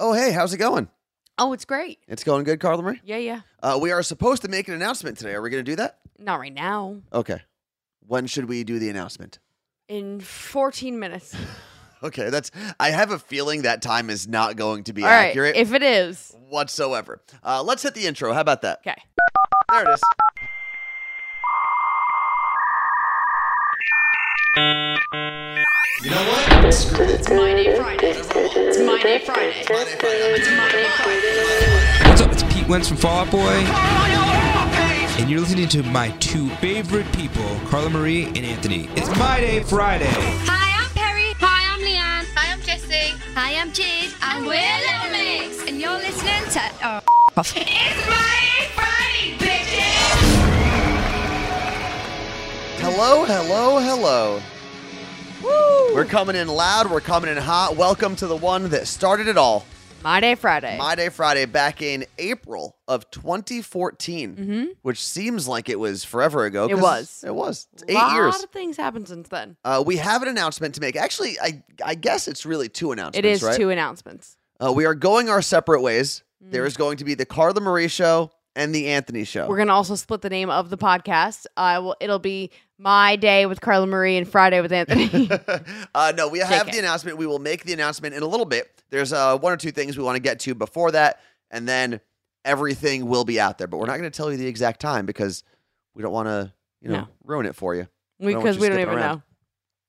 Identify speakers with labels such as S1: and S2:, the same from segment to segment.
S1: Oh, hey, how's it going?
S2: Oh, it's great.
S1: It's going good, Carla Marie.
S2: Yeah, yeah.
S1: Uh, we are supposed to make an announcement today. Are we going to do that?
S2: Not right now.
S1: Okay. When should we do the announcement?
S2: In 14 minutes.
S1: Okay, that's. I have a feeling that time is not going to be
S2: All right.
S1: accurate
S2: If it is.
S1: whatsoever. Uh, let's hit the intro. How about that?
S2: Okay.
S1: There it is.
S3: You know what? Screw it.
S2: It's my day Friday.
S3: What's up? It's Pete Wentz from Fall Out Boy. And you're listening to my two favorite people, Carla Marie and Anthony. It's My Day Friday.
S4: Hi, I'm Perry. Hi, I'm Leanne. Hi, I'm Jessie. Hi, I'm Jade. And, we're Little Mix. And you're listening to. Oh, It's my Friday, bitches!
S1: Hello, hello, hello. Woo! We're coming in loud. We're coming in hot. Welcome to the one that started it all.
S2: My day Friday.
S1: My Day Friday back in April of 2014, which seems like it was forever ago.
S2: Mm-hmm. It
S1: 'cause
S2: was.
S1: It was. It's
S2: A lot
S1: eight years.
S2: of things happened since then.
S1: Uh, we have an announcement to make. Actually, I I guess it's really two announcements.
S2: It is
S1: right?
S2: two announcements.
S1: Uh, we are going our separate ways. There is going to be the Carla Marie show and the Anthony show.
S2: We're gonna also split the name of the podcast. I will. It'll be my day with Carla Marie and Friday with Anthony.
S1: uh, no, we have
S2: JK.
S1: the announcement. We will make the announcement in a little bit. There's uh, one or two things we want to get to before that, and then everything will be out there. But we're not going to tell you the exact time because we don't want to, you know,
S2: No.
S1: ruin it for you. I don't want
S2: Because
S1: you
S2: we don't
S1: skipping
S2: even
S1: around.
S2: know.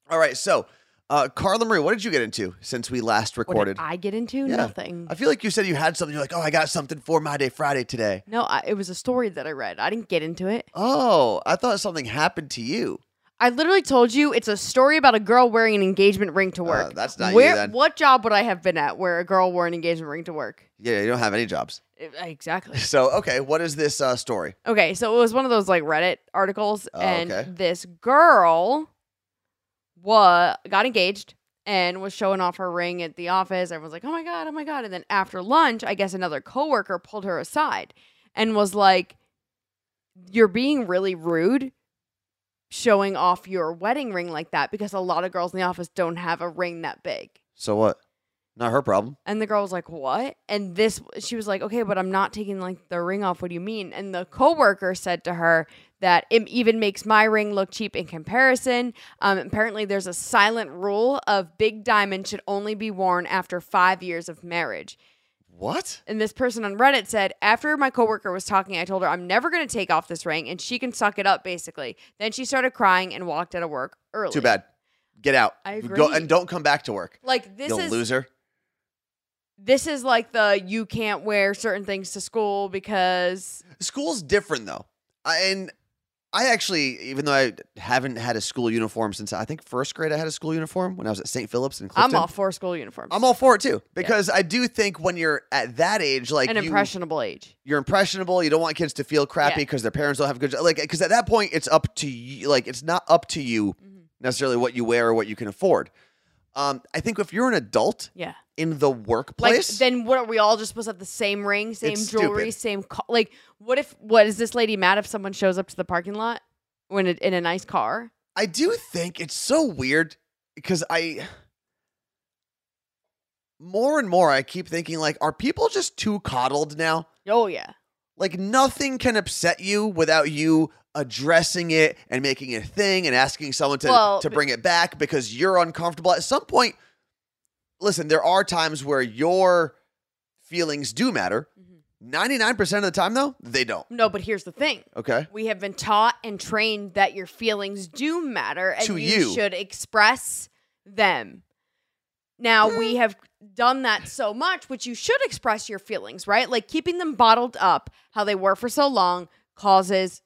S1: All right, so uh, Carla Marie, what did you get into since we last
S2: What
S1: recorded?
S2: did I get into?
S1: Yeah.
S2: Nothing.
S1: I feel like you said you had something. You're like, oh, I got something for my day Friday today.
S2: no, I, it was a story that I read. I didn't get into it.
S1: Oh, I thought something happened to you.
S2: I literally told you it's a story about a girl wearing an engagement ring to work.
S1: Uh, that's not you
S2: Where,
S1: then.
S2: What job would I have been at where a girl wore an engagement ring to work?
S1: Yeah, you don't have any jobs.
S2: It- Exactly.
S1: So, okay, what is this uh, story?
S2: Okay, so it was one of those like Reddit articles,
S1: Oh,
S2: and
S1: okay.
S2: this girl was got engaged and was showing off her ring at the office. Everyone's like, "Oh my god, oh my god!" And then after lunch, I guess another coworker pulled her aside and was like, "You're being really rude." Showing off your wedding ring like that because a lot of girls in the office don't have a ring that big.
S1: So what? Not her problem.
S2: And the girl was like, "What?" And this, she was like, "Okay, but I'm not taking like the ring off. What do you mean?" And the coworker said to her that it even makes my ring look cheap in comparison. Um, apparently, there's a silent rule of big diamond should only be worn after five years of marriage.
S1: What?
S2: And this person on Reddit said, after my coworker was talking, I told her I'm never going to take off this ring, and she can suck it up, basically. Then she started crying and walked out of work early.
S1: Too bad. Get out.
S2: I
S1: Go
S2: agree.
S1: and don't come back to work.
S2: Like this
S1: you
S2: is
S1: loser.
S2: this is like the you can't wear certain things to school because
S1: School's different though. I, and I actually, even though I haven't had a school uniform since I think first grade, I had a school uniform when I was at St. Phillips in Clifton.
S2: I'm all for school uniforms.
S1: I'm all for it too because I do think when you're at that age, like
S2: an
S1: you,
S2: impressionable age.
S1: you're impressionable. You don't want kids to feel crappy
S2: Yeah.
S1: because their parents don't have good. Like because at that point, it's up to you. Like it's not up to you
S2: Mm-hmm.
S1: necessarily what you wear or what you can afford. Um, I think if you're an adult
S2: Yeah.
S1: in the
S2: Like
S1: workplace,
S2: then what are we all just supposed to have the same ring, same
S1: It's
S2: jewelry,
S1: stupid.
S2: same co- like what if what is this lady mad if someone shows up to the parking lot when it, in a nice car?
S1: I do think it's so weird because I more and more I keep thinking like, are people just too coddled now?
S2: Oh yeah.
S1: Like nothing can upset you without you addressing it and making it a thing and asking someone to
S2: Well,
S1: to
S2: b-
S1: bring it back because you're uncomfortable. At some point, listen, there are times where your feelings do matter.
S2: Mm-hmm.
S1: 99% of the time though, they don't.
S2: No, but here's the thing.
S1: Okay.
S2: We have been taught and trained that your feelings do matter and
S1: To you.
S2: should express them. Now we
S1: Mm.
S2: have done that so much, which you should express your feelings, right? Like keeping them bottled up, how they were for so long, causes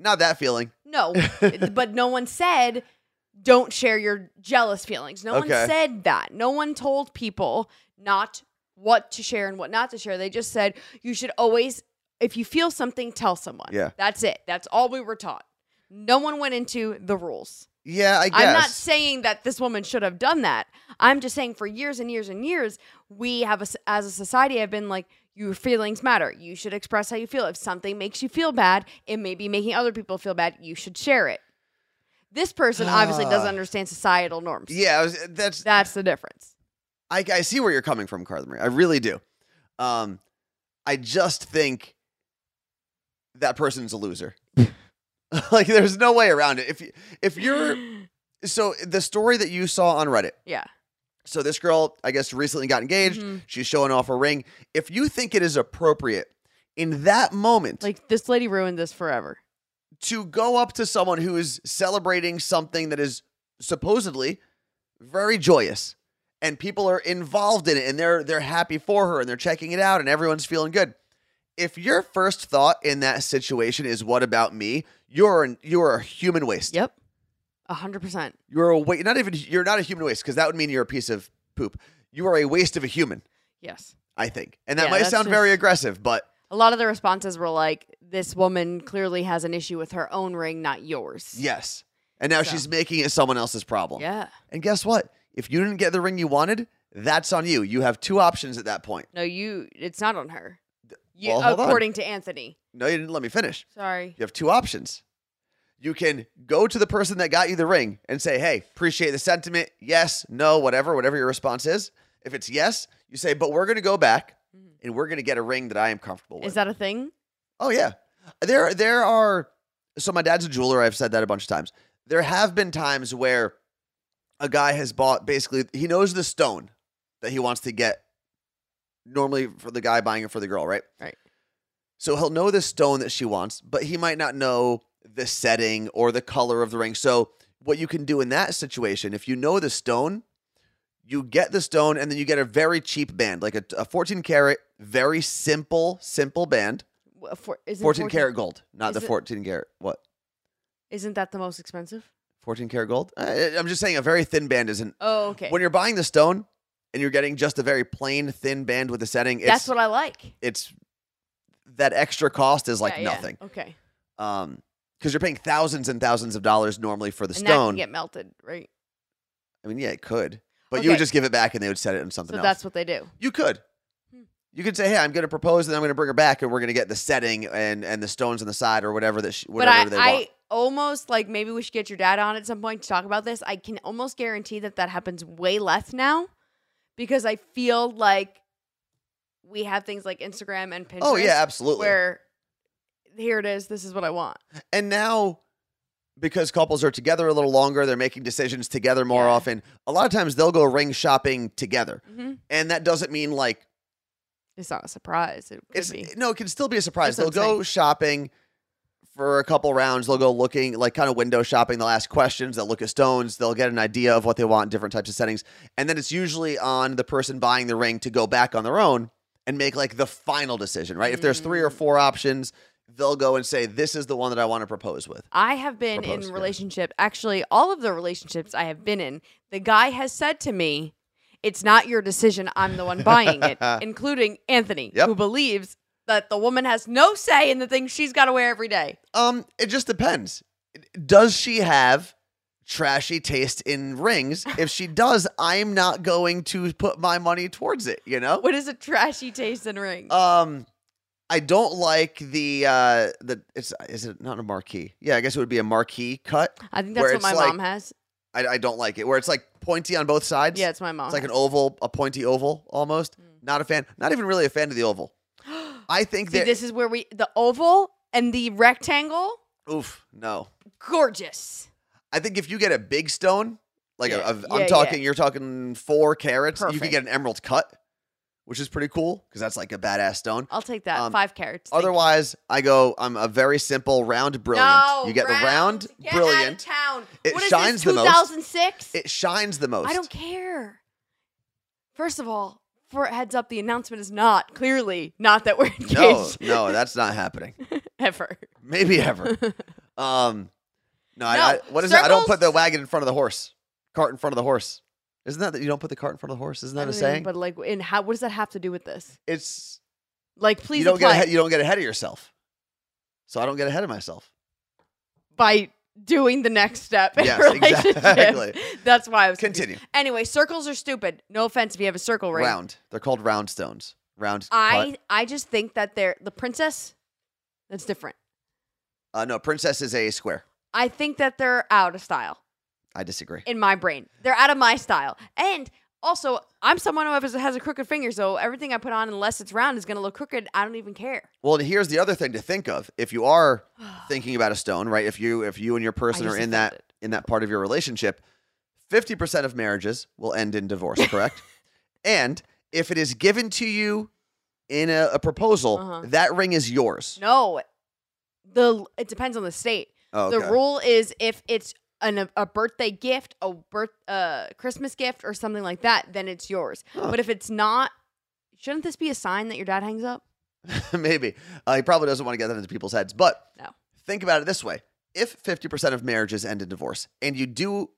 S1: Not that feeling.
S2: No, but no one said don't share your jealous feelings. No
S1: Okay.
S2: one said that. No one told people not what to share and what not to share. They just said you should always if you feel something tell someone.
S1: Yeah.
S2: That's it. That's all we were taught. No one went into the rules.
S1: Yeah, I guess.
S2: I'm not saying that this woman should have done that. I'm just saying for years and years and years, we have, a s as a society, have been like, your feelings matter. You should express how you feel. If something makes you feel bad, it may be making other people feel bad. You should share it. This person obviously doesn't
S1: Ah.
S2: understand societal norms.
S1: yeah, I was- that's
S2: That's the difference.
S1: I, I see where you're coming from, Carla Marie. I really do. Um, I just think that person's a loser. like, there's no way around it. If you, if you're so the story that you saw on Reddit.
S2: yeah.
S1: So this girl, I guess, recently got engaged.
S2: Mhm.
S1: She's showing off her ring. If you think it is appropriate in that moment
S2: Like this lady ruined this forever.
S1: to go up to someone who is celebrating something that is supposedly very joyous and people are involved in it and they're they're happy for her and they're checking it out and everyone's feeling good. If your first thought in that situation is what about me? You're an, you're a human waste.
S2: Yep. A hundred percent.
S1: You're a wa- not even you're not a human waste because that would mean you're a piece of poop. You are a waste of a human,
S2: Yes.
S1: I think. And that
S2: Yeah,
S1: might
S2: that's
S1: sound very
S2: just-
S1: aggressive, but
S2: A lot of the responses were like, "This woman clearly has an issue with her own ring, not yours."
S1: yes. And now
S2: So-
S1: she's making it someone else's problem.
S2: Yeah.
S1: And guess what? If you didn't get the ring you wanted, that's on you. You have two options at that point.
S2: No, you. It's not on her. You, oh,
S1: well, hold on.
S2: according to Anthony.
S1: No, you didn't let me finish.
S2: Sorry.
S1: You have two options. You can go to the person that got you the ring and say, hey, appreciate the sentiment. Yes, no, whatever, whatever your response is. If it's yes, you say, but we're going to go back and we're going to get a ring that I am comfortable with.
S2: Is that a thing?
S1: Oh yeah. There there are so my dad's a jeweler, I've said that a bunch of times. There have been times where a guy has bought basically he knows the stone that he wants to get normally for the guy buying it for the girl, right?
S2: Right.
S1: So he'll know the stone that she wants, but he might not know the setting or the color of the ring. So what you can do in that situation, if you know the stone, you get the stone and then you get a very cheap band, like a, a 14 karat, very simple, simple band.
S2: Wha- uh, For, isn't
S1: 14 karat gold, not
S2: Is
S1: the
S2: it-
S1: 14 karat. What?
S2: Isn't that the most expensive?
S1: 14 karat gold? Uh, I, I'm just saying a very thin band isn't.
S2: Oh, okay.
S1: When you're buying the stone and you're getting just a very plain thin band with the setting, it's
S2: That's what I like.
S1: it's that extra cost is like
S2: Yeah, yeah.
S1: nothing.
S2: Okay.
S1: Um because you're paying thousands and thousands of dollars normally for the
S2: and that
S1: stone.
S2: can get melted, right?
S1: I mean, yeah, it could. But you
S2: Okay.
S1: would just give it back and they would set it in something
S2: So
S1: else.
S2: that's what they do.
S1: You could.
S2: Hmm.
S1: You could say, "Hey, I'm going to propose, and I'm going to bring her back, and we're going to get the setting and and the stones on the side or whatever that she,
S2: But
S1: whatever they
S2: I, I
S1: want."
S2: almost like maybe we should get your dad on at some point to talk about this. I can almost guarantee that that happens way less now because I feel like we have things like Instagram and Pinterest.
S1: Oh yeah, absolutely.
S2: Where here it is. This is what I want.
S1: And now, because couples are together a little longer, they're making decisions together more
S2: Yeah.
S1: often. A lot of times they'll go ring shopping together.
S2: hmm
S1: And that doesn't mean like
S2: It's not a surprise. It could
S1: it's
S2: be.
S1: no, it can still be a surprise.
S2: That's what
S1: they'll
S2: I'm
S1: go
S2: saying.
S1: shopping for a couple rounds. They'll go looking, like kind of window shopping. They'll ask questions. They'll look at stones. They'll get an idea of what they want, in different types of settings. And then it's usually on the person buying the ring to go back on their own and make like the final decision, right? If there's three
S2: Mm.
S1: or four options, they'll go and say, This is the one that I want to propose with.
S2: I have been
S1: Proposed, yeah.
S2: in relationship, actually all of the relationships I have been in, the guy has said to me, "It's not your decision. I'm the one buying it," including Anthony,
S1: Yep.
S2: who believes that the woman has no say in the things she's got to wear every day.
S1: Um, it just depends. Does she have trashy taste in rings? If she does, I'm not going to put my money towards it, you know?
S2: What is a trashy taste in rings?
S1: Um I don't like the uh the it's is it not a marquee? Yeah, I guess it would be a marquee cut.
S2: I think
S1: where
S2: that's what
S1: it's
S2: my
S1: like-
S2: mom has.
S1: I, I don't like it where it's like pointy on both sides.
S2: Yeah, it's Mm. my mom.
S1: it's like an
S2: has.
S1: oval, a pointy oval almost. Not a fan. Not even really a fan of the oval. I think
S2: See,
S1: that
S2: this is where we the oval and the rectangle,
S1: oof, no.
S2: gorgeous.
S1: I think if you get a big stone, like a
S2: Yeah.
S1: a,
S2: Yeah,
S1: I'm
S2: yeah.
S1: talking, you're talking four carats, you could
S2: Perfect.
S1: get an emerald cut, which is pretty cool because that's like a badass stone.
S2: I'll take that.
S1: Um,
S2: Five carats. Thank you.
S1: Otherwise, I go, I'm a very simple round brilliant.
S2: No,
S1: you get the round
S2: Get Out of
S1: brilliant.
S2: town.
S1: It
S2: What is
S1: shines the
S2: this,
S1: most.
S2: 2006?
S1: It shines the most.
S2: I don't care. First of all, for heads up, the announcement is not clearly not that we're engaged
S1: No, no, that's not happening.
S2: ever.
S1: Maybe ever. Um, no, I,
S2: No,
S1: I, what is that? I don't
S2: circles-
S1: put the wagon in front of the horse, cart in front of the horse. Isn't that that you don't put the cart in front of the horse? Isn't
S2: I
S1: that a
S2: don't even-
S1: saying?
S2: But like, in how what does that have to do with this?
S1: it's
S2: Like, please
S1: you don't
S2: apply
S1: get ahead, you don't get ahead of yourself. So I don't get ahead of myself.
S2: by doing the next step in
S1: Yes,
S2: relationship.
S1: exactly.
S2: That's why I was confused.
S1: Continue.
S2: Anyway, circles are stupid. No offense if you have a circle ring.
S1: Round. They're called round stones. Round.
S2: I
S1: cut.
S2: I just think that they're the princess. That's different.
S1: Uh, no, princess is a square.
S2: I think that they're out of style.
S1: I disagree.
S2: in my brain. They're out of my style. And Also, I'm someone who has, has a crooked finger, so everything I put on, unless it's round, is going to look crooked. I don't even care.
S1: Well, and here's the other thing to think of. If you are thinking about a stone, right? If you if you and your person
S2: just
S1: are in that
S2: offended.
S1: in that part of your relationship, 50% of marriages will end in divorce, correct? and if it is given to you in a, a proposal,
S2: Uh-huh.
S1: that ring is yours.
S2: No, the it depends on the state.
S1: Oh, okay.
S2: The rule is if it's an, a birthday gift, a birth, uh, Christmas gift, or something like that, then it's yours.
S1: Huh.
S2: But if it's not, shouldn't this be a sign that your dad hangs up?
S1: Maybe. Uh, he probably doesn't want to get that into people's heads. But
S2: No.
S1: think about it this way if 50% of marriages end in divorce and you do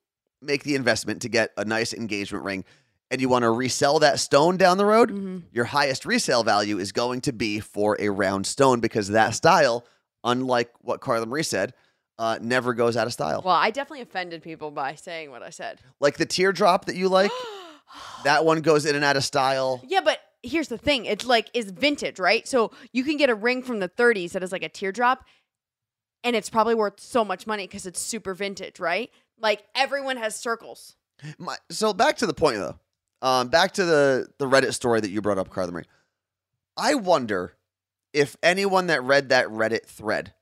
S1: make the investment to get a nice engagement ring and you want to resell that stone down the road, your highest resale value is going to be for a round stone because that style, unlike what Carla Marie said, uh, never goes out of style.
S2: Well, I definitely offended people by saying what I said.
S1: like the teardrop that you like, that one goes in and out of style.
S2: Yeah, but here's the thing. It's like it's vintage, right? So you can get a ring from the 30s that is like a teardrop and it's probably worth so much money cuz it's super vintage, right? Like everyone has circles.
S1: My, so back to the point though. Um, back to the the Reddit story that you brought up, Carla Marie. I wonder if anyone that read that Reddit thread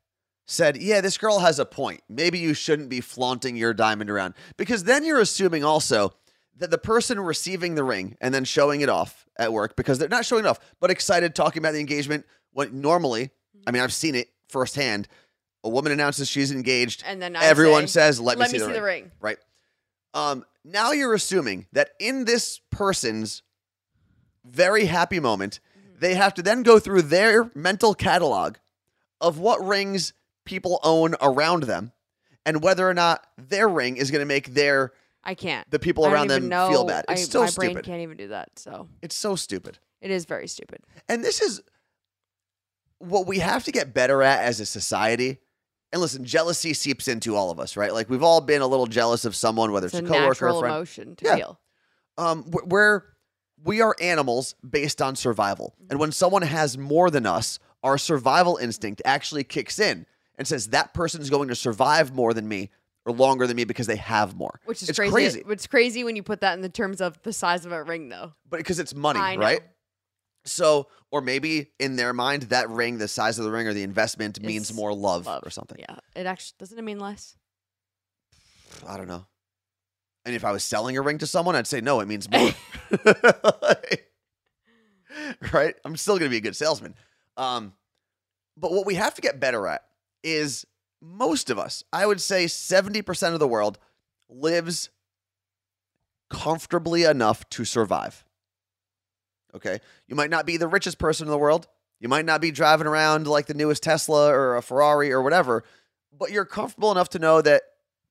S1: said, "Yeah, this girl has a point. Maybe you shouldn't be flaunting your diamond around." Because then you're assuming also that the person receiving the ring and then showing it off at work because they're not showing it off, but excited talking about the engagement when normally, I mean, I've seen it firsthand. A woman announces she's engaged
S2: And then I
S1: everyone
S2: say,
S1: says, "Let, me see, the, ring.
S2: ring.
S1: Right. Um, now you're assuming that in this person's very happy moment, they have to then go through their mental catalog of what rings people own around them and whether or not their ring is going to make their
S2: I can't.
S1: the people
S2: I don't
S1: around them
S2: even know.
S1: feel bad. It's
S2: I-
S1: so
S2: my brain
S1: stupid.
S2: can't even do that. So
S1: It's so stupid.
S2: it is very stupid.
S1: And this is what we have to get better at as a society. And listen, jealousy seeps into all of us, right? Like we've all been a little jealous of someone, whether
S2: It's
S1: it's,
S2: a
S1: a coworker or
S2: natural
S1: a friend.
S2: emotion to
S1: Yeah.
S2: feel.
S1: um, wh- where we are animals based on survival. And when someone has more than us, our survival instinct actually kicks in and says that person's going to survive more than me or longer than me because they have more.
S2: Which is
S1: it's
S2: crazy.
S1: crazy,
S2: It's crazy when you put that in the terms of the size of a ring though.
S1: but because it's money,
S2: I know.
S1: right? So, or maybe in their mind, that ring, the size of the ring, or the investment means
S2: Is
S1: more love,
S2: love.
S1: or something.
S2: Yeah. It actually doesn't it mean less?
S1: Pff, I don't know. And if I was selling a ring to someone, I'd say no, it means more. right? I'm still going to be a good salesman. Um, but what we have to get better at is most of us, I would say 70% of the world lives comfortably enough to survive. Okay? You might not be the richest person in the world. You might not be driving around like the newest Tesla or a Ferrari or whatever, but you're comfortable enough to know that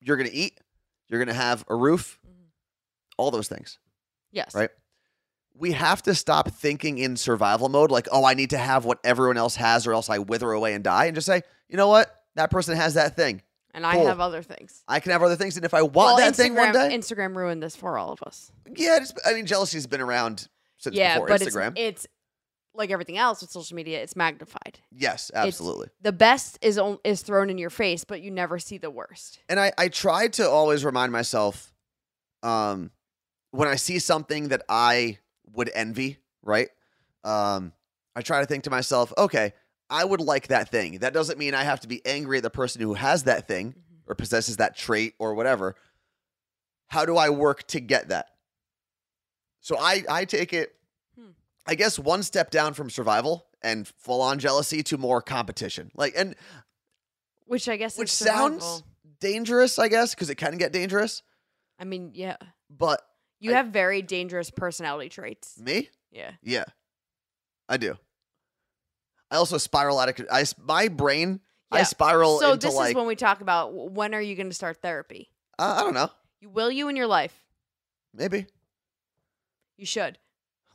S1: you're going to eat, you're going to have a roof,
S2: Mm-hmm.
S1: all those things.
S2: Yes.
S1: Right. We have to stop thinking in survival mode, like, oh, I need to have what everyone else has or else I wither away and die, and just say, you know what? That person has that thing.
S2: And I
S1: Cool.
S2: have other things.
S1: I can have other things. And if I want
S2: well,
S1: that
S2: Instagram,
S1: thing one day,
S2: Instagram ruined this for all of us.
S1: yeah, it's, I mean, jealousy has been around since
S2: yeah,
S1: before
S2: but
S1: Instagram.
S2: It's, it's like everything else with social media, it's magnified.
S1: yes, absolutely.
S2: The best is on, is thrown in your face, but you never see the worst.
S1: and I, I try to always remind myself um when I see something that I would envy, right? Um I try to think to myself, okay, I would like that thing. That doesn't mean I have to be angry at the person who has that thing or possesses that trait or whatever. How do I work to get that? So I I take it
S2: Hmm.
S1: I guess one step down from survival and full on jealousy to more competition. Like and
S2: Which I guess
S1: which
S2: is
S1: sounds
S2: survival.
S1: dangerous, I guess, because it can get dangerous.
S2: I mean, yeah,
S1: But
S2: you
S1: I-
S2: have very dangerous personality traits.
S1: me,
S2: Yeah,
S1: yeah, I do. I also spiral out of. con- I s- my brain. I
S2: Yeah.
S1: spiral
S2: so
S1: into
S2: this
S1: like
S2: is when we talk about w- when are you going to start therapy?
S1: I, I don't know.
S2: You will you in your life?
S1: Maybe
S2: You should.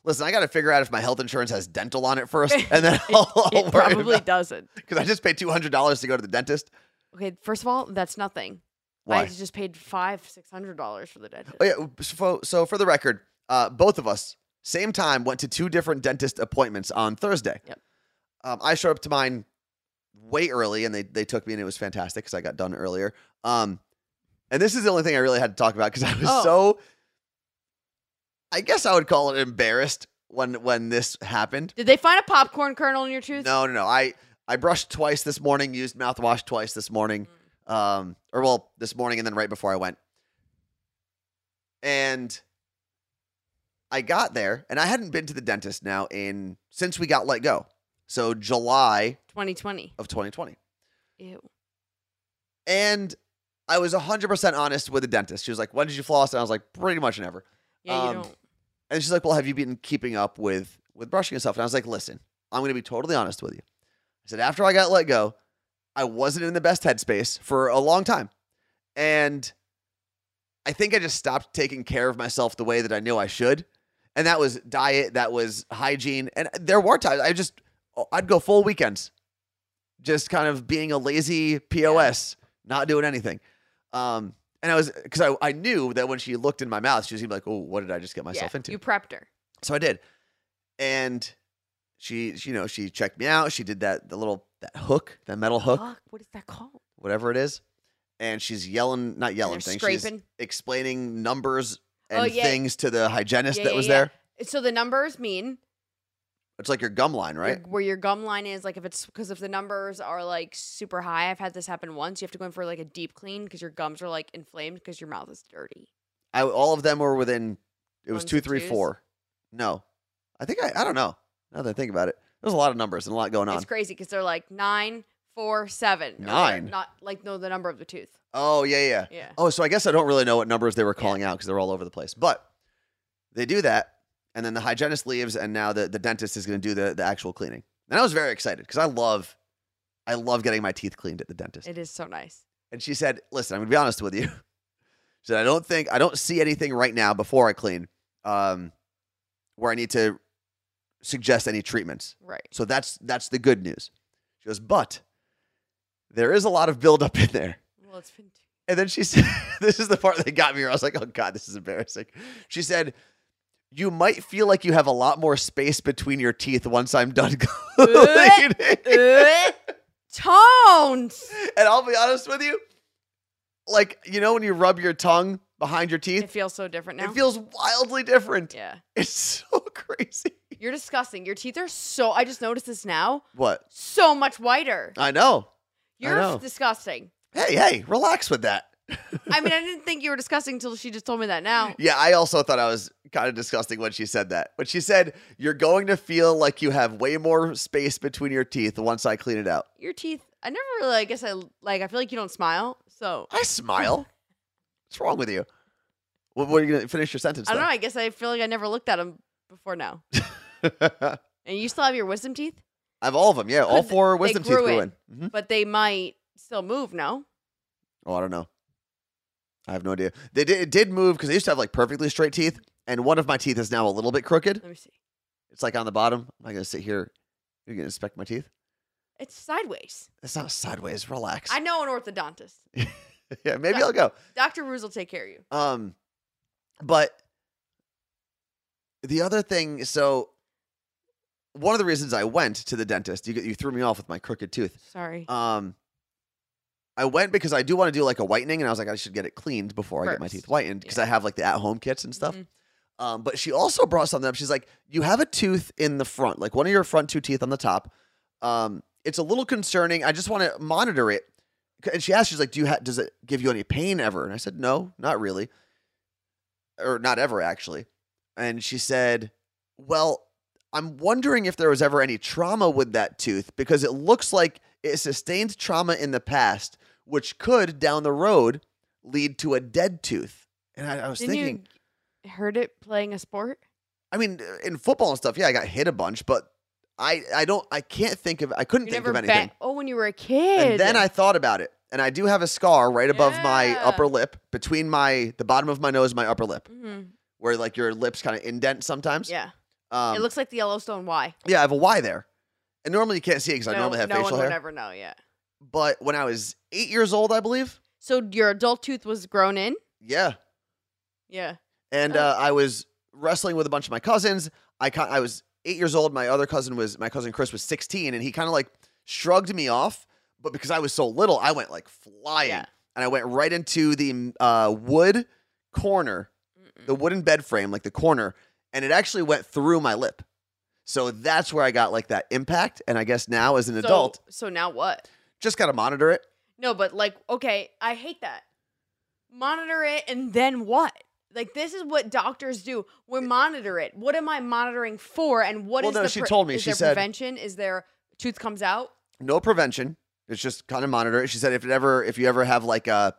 S1: listen. I got to figure out if my health insurance has dental on it first, and then I'll, I'll
S2: it
S1: worry
S2: probably doesn't.
S1: because I just paid two hundred dollars to go to the dentist.
S2: Okay, first of all, that's nothing.
S1: Why?
S2: I just paid five six hundred dollars for the dentist.
S1: Oh, yeah. So, so for the record, uh, both of us same time went to two different dentist appointments on Thursday.
S2: Yep.
S1: Um, I showed up to mine way early, and they they took me, and it was fantastic because I got done earlier. Um, and this is the only thing I really had to talk about because I was
S2: Oh.
S1: so. I guess I would call it embarrassed when when this happened.
S2: Did they find a popcorn kernel in your tooth?
S1: No, no, no. I I brushed twice this morning, used mouthwash twice this morning. Um or well, this morning and then right before I went. And I got there and I hadn't been to the dentist now in since we got let go. So July
S2: 2020.
S1: of 2020.
S2: Ew.
S1: And I was 100% honest with the dentist. She was like, "When did you floss?" And I was like, "Pretty much never."
S2: Yeah, you
S1: Um,
S2: don't.
S1: And she's like, "Well, have you been keeping up with with brushing and stuff?" And I was like, "Listen, I'm going to be totally honest with you." I said, "After I got let go, I wasn't in the best headspace for a long time, and I think I just stopped taking care of myself the way that I knew I should, and that was diet, that was hygiene, and there were times I just I'd go full weekends, just kind of being a lazy pos, not doing anything." Um, and I was because I, I knew that when she looked in my mouth, she was gonna be like, "Oh, what did I just get myself
S2: yeah,
S1: into?"
S2: You prepped her.
S1: So I did. And she, she, you know, she checked me out. She did that, the little, that hook, that metal hook,
S2: Fuck, what is that called?
S1: whatever it is. And she's yelling, not yelling
S2: they're
S1: things, she's
S2: scraping.
S1: explaining numbers
S2: Oh,
S1: and
S2: yeah.
S1: things to the hygienist
S2: Yeah,
S1: that
S2: yeah,
S1: was
S2: yeah.
S1: there.
S2: So the numbers mean
S1: It's like your gum line, right?
S2: your- where your gum line is. Like if it's because if the numbers are like super high, I've had this happen once. You have to go in for like a deep clean because your gums are like inflamed because your mouth is dirty.
S1: I, all of them were within, it was
S2: Ones
S1: two,
S2: and
S1: three,
S2: twos?
S1: four. No, I think I, I don't know. Now that I think about it, there's a lot of numbers and a lot going on.
S2: It's crazy because they're like nine, four, seven. or they're
S1: Nine?
S2: Not like no, the number of the tooth.
S1: oh, yeah, yeah.
S2: Yeah.
S1: Oh, so I guess I don't really know what numbers they were calling out out because they're all over the place. But they do that, and then the hygienist leaves, and now the, the dentist is going to do the, the actual cleaning. And I was very excited because I love, I love getting my teeth cleaned at the dentist.
S2: It is so nice.
S1: And she said, "Listen, I'm going to be honest with you." She said, "I don't think I don't see anything right now before I clean, um, where I need to suggest any treatments.
S2: Right.
S1: So that's that's the good news." She goes, "But there is a lot of buildup in there."
S2: Well, it's been. Too-
S1: And then she said, This is the part that got me where I was like, Oh God, this is embarrassing. She said, You might feel like you have a lot more space between your teeth once I'm done cleaning.
S2: Eh, Tones.
S1: and I'll be honest with you, like, you know, when you rub your tongue behind your
S2: It
S1: teeth,
S2: feels so different now.
S1: it feels wildly different.
S2: yeah.
S1: It's so crazy.
S2: You're disgusting. Your teeth are so. I just noticed this now.
S1: What?
S2: So much whiter.
S1: I know.
S2: You're
S1: know.
S2: disgusting.
S1: Hey, hey, relax with that.
S2: I mean, I didn't think you were disgusting until she just told me that now.
S1: Yeah, I also thought I was kind of disgusting when she said that. When she said, You're going to feel like you have way more space between your teeth once I clean it out.
S2: Your teeth. I never really. I guess I like. I feel like you don't smile. So
S1: I smile. What's wrong with you? What, what are you going to finish your sentence?
S2: I don't know. I guess I feel like I never looked at them before now.
S1: know.
S2: And you still have your wisdom teeth,
S1: I have all of them. Yeah, all
S2: Could-
S1: four
S2: they
S1: wisdom teeth
S2: grew
S1: grew
S2: it.
S1: in. Mhm.
S2: but they might still move. No.
S1: Oh, I don't know. I have no idea. They did, it did move because they used to have like perfectly straight teeth, and one of my teeth is now a little bit crooked.
S2: Let me see.
S1: It's like on the bottom. I'm not going to sit here. You're going to inspect my teeth.
S2: It's sideways.
S1: It's not sideways. Relax.
S2: I know an orthodontist.
S1: yeah, maybe I'll go.
S2: Dr. Ruse will take care of you.
S1: Um, but the other thing, so one of the reasons I went to the dentist, you you threw me off with my crooked tooth.
S2: Sorry.
S1: Um, I went because I do want to do like a whitening, and I was like, I should get it cleaned before I get my
S2: First.
S1: teeth whitened because
S2: Yeah.
S1: I have like the at home kits and stuff.
S2: Mhm.
S1: Um, but she also brought something up. She's like, you have a tooth in the front, like one of your front two teeth on the top. Um, it's a little concerning. I just want to monitor it. C- And she asked, she's like, do you ha- does it give you any pain ever? And I said, no, not really, or not ever actually. And she said, well, I'm wondering if there was ever any trauma with that tooth because it looks like it sustained trauma in the past, which could down the road lead to a dead tooth. And I, I was
S2: Didn't
S1: thinking.
S2: you heard it playing a sport?
S1: I mean, in football and stuff, yeah, I got hit a bunch, but I, I don't, I can't think of, I couldn't
S2: You
S1: think of
S2: never
S1: anything.
S2: bet. Oh, when you were a kid.
S1: And then I thought about it, and I do have a scar right above my
S2: Yeah.
S1: upper lip, between my the bottom of my nose, and my upper lip,
S2: Mhm.
S1: where like your lips kind of indent sometimes.
S2: Yeah.
S1: um,
S2: it looks like the Yellowstone Y.
S1: yeah, I have a Y there, and normally you can't see it because I
S2: no,
S1: normally have
S2: no
S1: facial
S2: one
S1: hair.
S2: would ever know. Yeah.
S1: But when I was eight years old, I believe,
S2: So your adult tooth was grown in.
S1: yeah,
S2: Yeah.
S1: and
S2: Oh.
S1: uh, I was wrestling with a bunch of my cousins. I ca- I was eight years old. My other cousin was my cousin Chris was sixteen, and he kind of like shrugged me off. But because I was so little, I went like flying,
S2: Yeah.
S1: and I went mm, right into the uh, wood corner, the wooden bed frame, like the corner, and it actually went through my lip. So that's where I got like that impact. And I guess now as an
S2: So-
S1: adult,
S2: So now what?
S1: just got to monitor it.
S2: No, but like, okay, I hate that. Monitor it and then what? Like this is what doctors do. We monitor it. What am I monitoring for? And what is
S1: Well, no,
S2: the
S1: she told me.
S2: Is
S1: She
S2: there
S1: said-
S2: prevention? Is there tooth comes out?
S1: No prevention. It's just kind of monitor it. She said if it ever, if you ever have like a,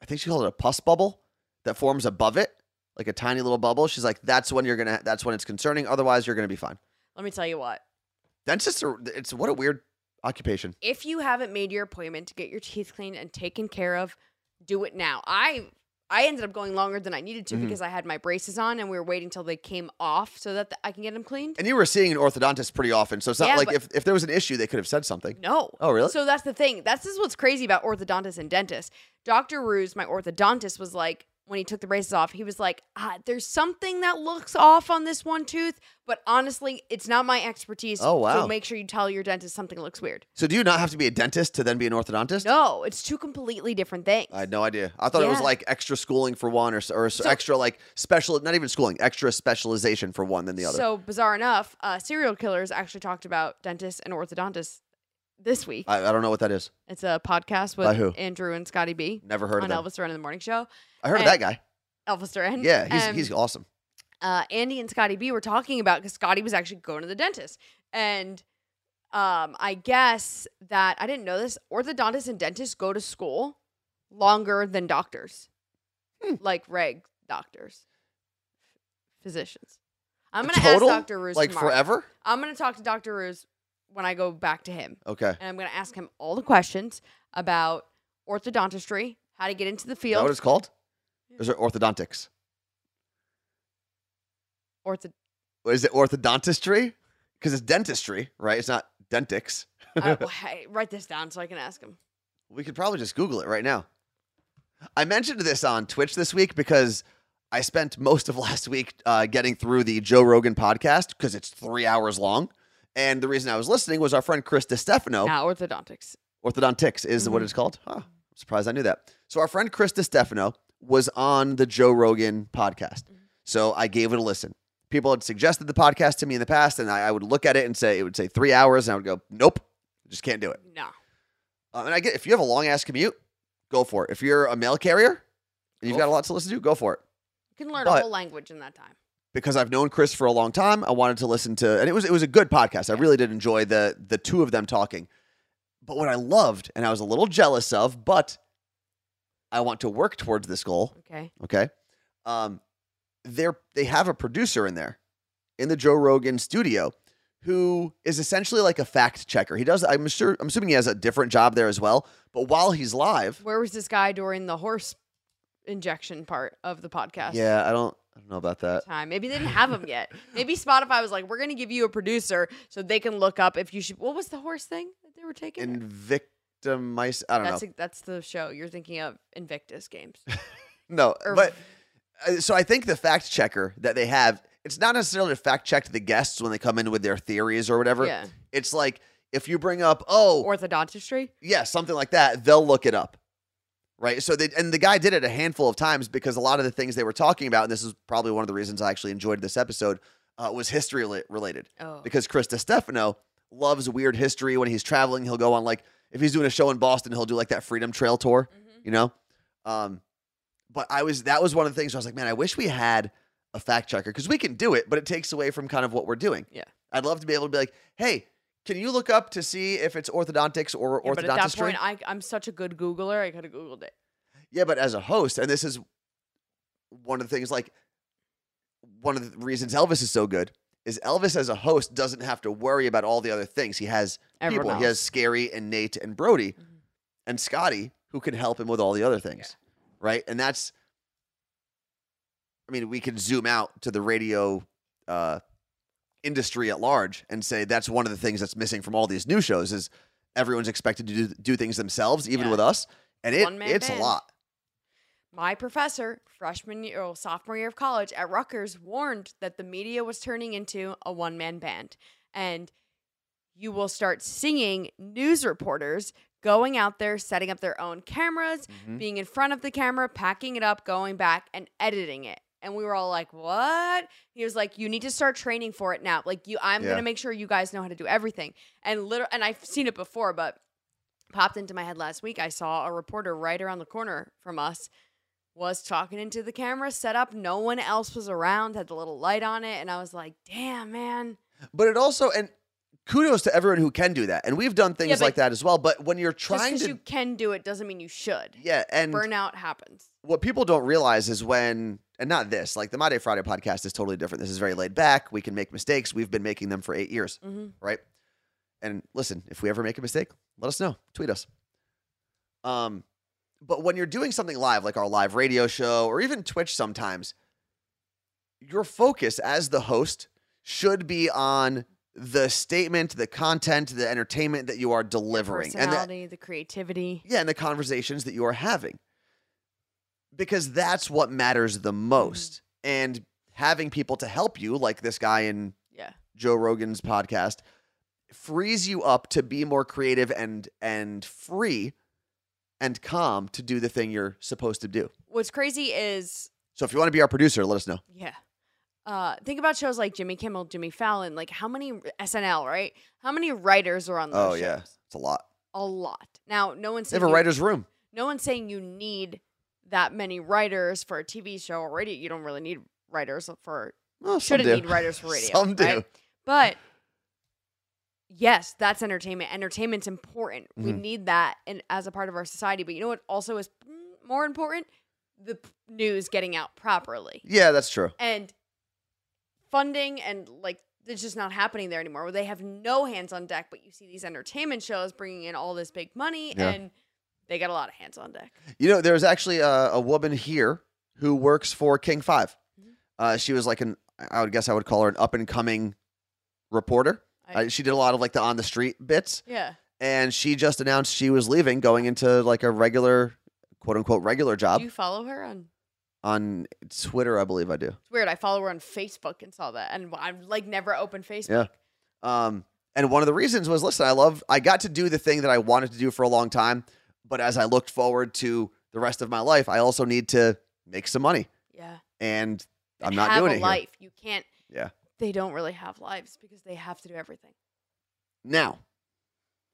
S1: I think she called it a pus bubble that forms above it, like a tiny little bubble. She's like, that's when you're going to, that's when it's concerning. Otherwise, you're going to be fine.
S2: Let me tell you what.
S1: That's just, a, it's what a weird occupation.
S2: If you haven't made your appointment to get your teeth cleaned and taken care of, do it now. I I ended up going longer than I needed to
S1: Mhm.
S2: because I had my braces on and we were waiting till they came off so that th- I can get them cleaned.
S1: And you were seeing an orthodontist pretty often. So it's not
S2: Yeah,
S1: like
S2: but-
S1: if, if there was an issue, they could have said something.
S2: No.
S1: Oh, really?
S2: So that's the thing. That's just what's crazy about orthodontists and dentists. Dr. Ruse, my orthodontist, was like, when he took the braces off, he was like, ah, there's something that looks off on this one tooth, but honestly, it's not my expertise.
S1: Oh, wow.
S2: So make sure you tell your dentist something looks weird.
S1: So do you not have to be a dentist to then be an orthodontist?
S2: No, it's two completely different things.
S1: I had no idea. I thought it was
S2: Yeah.
S1: like extra schooling for one, or s- or s extra like special, not even schooling, extra specialization for one than the other.
S2: So bizarre enough, uh, serial killers actually talked about dentists and orthodontists this week.
S1: I, I don't know what that is.
S2: it's a podcast
S1: By
S2: with
S1: who?
S2: Andrew and Scotty B
S1: Never heard
S2: on
S1: of that.
S2: Elvis Duran in the Morning Show.
S1: I heard of that guy.
S2: Elvis Duran.
S1: Yeah, he's
S2: um,
S1: he's awesome.
S2: uh, Andy and Scotty B were talking about because Scotty was actually going to the dentist. And um, I guess that I didn't know this. Orthodontists and dentists go to school longer than doctors,
S1: Hmm.
S2: like reg doctors, physicians. I'm going to ask
S1: Total?
S2: Dr. Ruse
S1: like
S2: tomorrow.
S1: forever.
S2: I'm going to talk to Dr. Ruse when I go back to him.
S1: Okay,
S2: And I'm going to ask him all the questions about orthodontistry, how to get into the
S1: is that what
S2: field,
S1: it's called? Is it orthodontics?
S2: ortho-
S1: Or Is it orthodontistry? Because it's dentistry, right? It's not dentics.
S2: I, I- write this down so I can ask him.
S1: We could probably just Google it right now. I mentioned this on Twitch this week because I spent most of last week uh, getting through the Joe Rogan podcast because it's three hours long. And the reason I was listening was our friend Chris DiStefano.
S2: Now, orthodontics.
S1: Orthodontics is what
S2: Mhm.
S1: it's called. Huh. I'm surprised I knew that. So our friend Chris DiStefano was on the Joe Rogan podcast.
S2: Mm-hmm.
S1: So I gave it a listen. People had suggested the podcast to me in the past, and I, I would look at it and say it would say three hours, and I would go, nope, just can't do it.
S2: No.
S1: Um, and I get if you have a long ass commute, go for it. If you're a mail carrier and you've
S2: Go
S1: got a
S2: for
S1: lot to listen to, go for it.
S2: You can learn
S1: But-
S2: a whole language in that time.
S1: Because I've known Chris for a long time, I wanted to listen to, and it was it was a good podcast. I really did enjoy the the two of them talking. But what I loved, and I was a little jealous of, but I want to work towards this goal.
S2: Okay.
S1: Okay, um, they're they have a producer in there, in the Joe Rogan studio, who is essentially like a fact checker. He does. I'm sure. I'm assuming he has a different job there as well. But while he's live,
S2: Where was this guy during the horse injection part of the podcast?
S1: Yeah, I don't I don't know about that.
S2: Time. Maybe they didn't have him yet. Maybe Spotify was like, "We're going to give you a producer so they can look up if you should." What was the horse thing that they were taking?
S1: And victimize I don't
S2: that's
S1: know.
S2: that's the show you're thinking of, Invictus Games.
S1: no,
S2: or-
S1: but uh, so I think the fact checker that they have, it's not necessarily to fact check the guests when they come in with their theories or whatever.
S2: Yeah.
S1: It's like if you bring up, "Oh,
S2: Orthodontistry.
S1: yeah, something like that, they'll look it up. Right. So they and the guy did it a handful of times because a lot of the things they were talking about, and this is probably one of the reasons I actually enjoyed this episode, uh, was history rela- related.
S2: Oh.
S1: Because Chris Stefano loves weird history. When he's traveling, he'll go on like if he's doing a show in Boston, he'll do like that Freedom Trail tour,
S2: Mm-hmm.
S1: you know. Um, but I was that was one of the things where I was like, man, I wish we had a fact checker because we can do it, but it takes away from kind of what we're doing.
S2: Yeah.
S1: I'd love to be able to be like, hey, can you look up to see if it's orthodontics or
S2: Yeah,
S1: orthodontistry?
S2: but at that point, I, I'm such a good Googler. I could have Googled it.
S1: Yeah, but as a host, and this is one of the things like one of the reasons Elvis is so good is Elvis as a host doesn't have to worry about all the other things. He has
S2: Everyone Mm-hmm.
S1: people. He has Scary and Nate and Brody and Scotty who can help him with all the other things. Right? And that's I mean, we can zoom out to the radio uh industry at large and say that's one of the things that's missing from all these new shows is everyone's expected to do, do things themselves even
S2: Yeah.
S1: with us and it
S2: One-man
S1: it's
S2: band.
S1: a lot
S2: My professor, freshman year, or sophomore year of college at Rutgers, warned that the media was turning into a one man band. And you will start seeing news reporters going out there, setting up their own cameras, being in front of the camera, packing it up, going back and editing it. And we were all like, "What?" He was like, "You need to start training for it now. Like you, I'm
S1: Yeah.
S2: gonna make sure you guys know how to do everything." And liter- and I've seen it before, but popped into my head last week. I saw a reporter right around the corner from us was talking into the camera set up. No one else was around. Had the little light on it, and I was like, "Damn, man."
S1: But it also and kudos to everyone who can do that. And we've done things
S2: but-
S1: like that as well. But when you're
S2: Just
S1: trying
S2: because
S1: to
S2: you can do it doesn't mean you should.
S1: Yeah, and
S2: Burnout happens.
S1: what people don't realize is when and not this, like the My Day Friday podcast is totally different. This is very laid back. We can make mistakes. We've been making them for eight years,
S2: Mm-hmm.
S1: right? And listen, if we ever make a mistake, let us know. Tweet us. Um, but when you're doing something live, like our live radio show or even Twitch sometimes, your focus as the host should be on the statement, the content, the entertainment that you are delivering. And the,
S2: personality, the creativity.
S1: yeah, and the conversations that you are having. Because that's what matters the most. And having people to help you, like this guy in
S2: Yeah.
S1: Joe Rogan's podcast, frees you up to be more creative and and free and calm to do the thing you're supposed to do.
S2: What's crazy is
S1: So if you want to be our producer, let us know.
S2: Yeah. Uh, think about shows like Jimmy Kimmel, Jimmy Fallon, like how many SNL, right? How many writers are on those
S1: Oh, yeah.
S2: shows?
S1: It's a lot.
S2: A lot. Now, no one's
S1: They
S2: saying
S1: have a
S2: you-
S1: writer's room.
S2: no one's saying you need that many writers for a TV show or radio. You don't really need writers for
S1: Well, Oh, some
S2: shouldn't
S1: do.
S2: need writers for radio.
S1: Some do.
S2: right? But yes, that's entertainment. Entertainment's important. We
S1: Mhm.
S2: need that in, as a part of our society. But you know what also is mm, more important? The p- news getting out properly
S1: Yeah, that's true.
S2: and funding and like it's just not happening there anymore where they have no hands on deck but you see these entertainment shows bringing in all this big money
S1: Yeah.
S2: and they got a lot of hands on deck
S1: You know, there's actually a, a woman here who works for King 5
S2: Mhm.
S1: Uh, she was like an, I would guess I would call her an up and coming reporter.
S2: I-
S1: Uh, she did a lot of like the on the street bits,
S2: yeah
S1: and she just announced she was leaving, going into like a regular, quote unquote, regular job
S2: do you follow her on
S1: on Twitter, I believe I do.
S2: it's weird i follow her on facebook and saw that and i'm like never open facebook
S1: Um, and one of the reasons was, listen, I love, I got to do the thing that I wanted to do for a long time, but as I looked forward to the rest of my life, I also need to make some money,
S2: yeah,
S1: and I'm
S2: And
S1: not
S2: have
S1: doing
S2: a
S1: it here.
S2: life you can't
S1: Yeah.
S2: they don't really have lives because they have to do everything
S1: Now,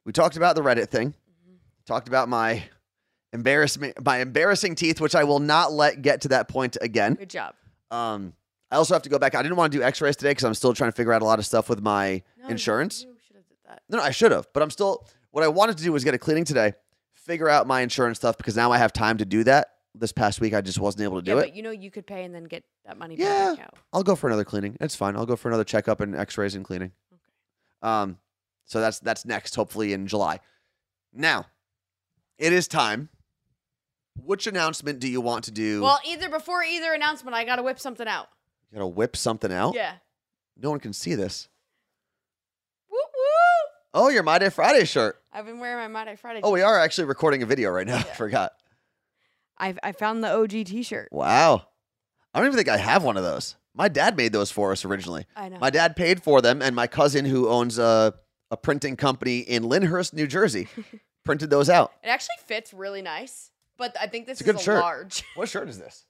S1: we talked about the Reddit thing.
S2: Mm-hmm.
S1: Talked about my embarrassment, my embarrassing teeth, which I will not let get to that point again.
S2: good job
S1: Um, I also have to go back. I didn't want to do X-rays today because I'm still trying to figure out a lot of stuff with my
S2: No,
S1: insurance.
S2: you should have did that
S1: No, no, I should have, but I'm still. What I wanted to do was get a cleaning today, figure out my insurance stuff because now I have time to do that. This past week, I just wasn't able to do
S2: yeah
S1: it.
S2: but you know you could pay and then get that money
S1: Yeah.
S2: back out
S1: I'll go for another cleaning. It's fine. I'll go for another checkup and X-rays and cleaning. Um, so that's that's next, hopefully in July. Now, it is time. Which announcement do you want to do?
S2: well either before either announcement i gotta whip something out
S1: you gotta whip something out.
S2: yeah
S1: No one can see this.
S2: Woo woo!
S1: Oh, your My Day Friday shirt.
S2: I've been wearing my Monday Friday.
S1: Oh,
S2: t-
S1: we are actually recording a video right now. I forgot.
S2: I I found the OG T-shirt.
S1: Wow. I don't even think I have one of those. My dad made those for us originally.
S2: I know.
S1: My dad paid for them, and my cousin, who owns a, a printing company in Lyndhurst, New Jersey, printed those out.
S2: it actually fits really nice, but I think this
S1: It's a
S2: is
S1: good
S2: a
S1: shirt.
S2: large.
S1: What shirt is this?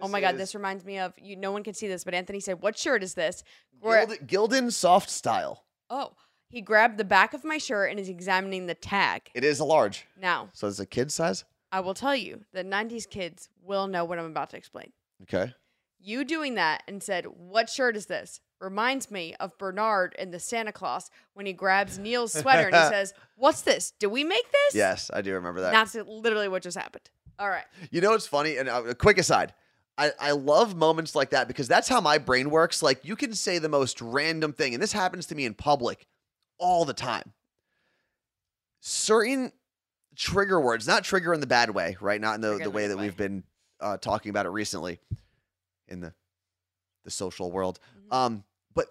S2: oh my god, this reminds me of you. No one can see this, but Anthony said, "What shirt is this?" Gra-
S1: Gildan, Gildan soft style.
S2: oh, he grabbed the back of my shirt and is examining the tag.
S1: It is a large.
S2: Now,
S1: So it's a kid size?
S2: I will tell you that '90s kids will know what I'm about to explain.
S1: Okay.
S2: You doing that and said, "What shirt is this?" Reminds me of Bernard in the Santa Claus when he grabs Neil's sweater and he says, "What's this? Do we make this?"
S1: Yes, I do remember that.
S2: That's literally what just happened. All right.
S1: You know what's funny? And uh, a quick aside, I, I love moments like that because that's how my brain works. Like you can say the most random thing, and this happens to me in public all the time. Certain trigger words, not trigger in the bad way, right? Not in the,
S2: Trigger in
S1: the
S2: the
S1: way
S2: good
S1: that we've
S2: way.
S1: been uh, talking about it recently in the the social world.
S2: Mhm.
S1: Um, but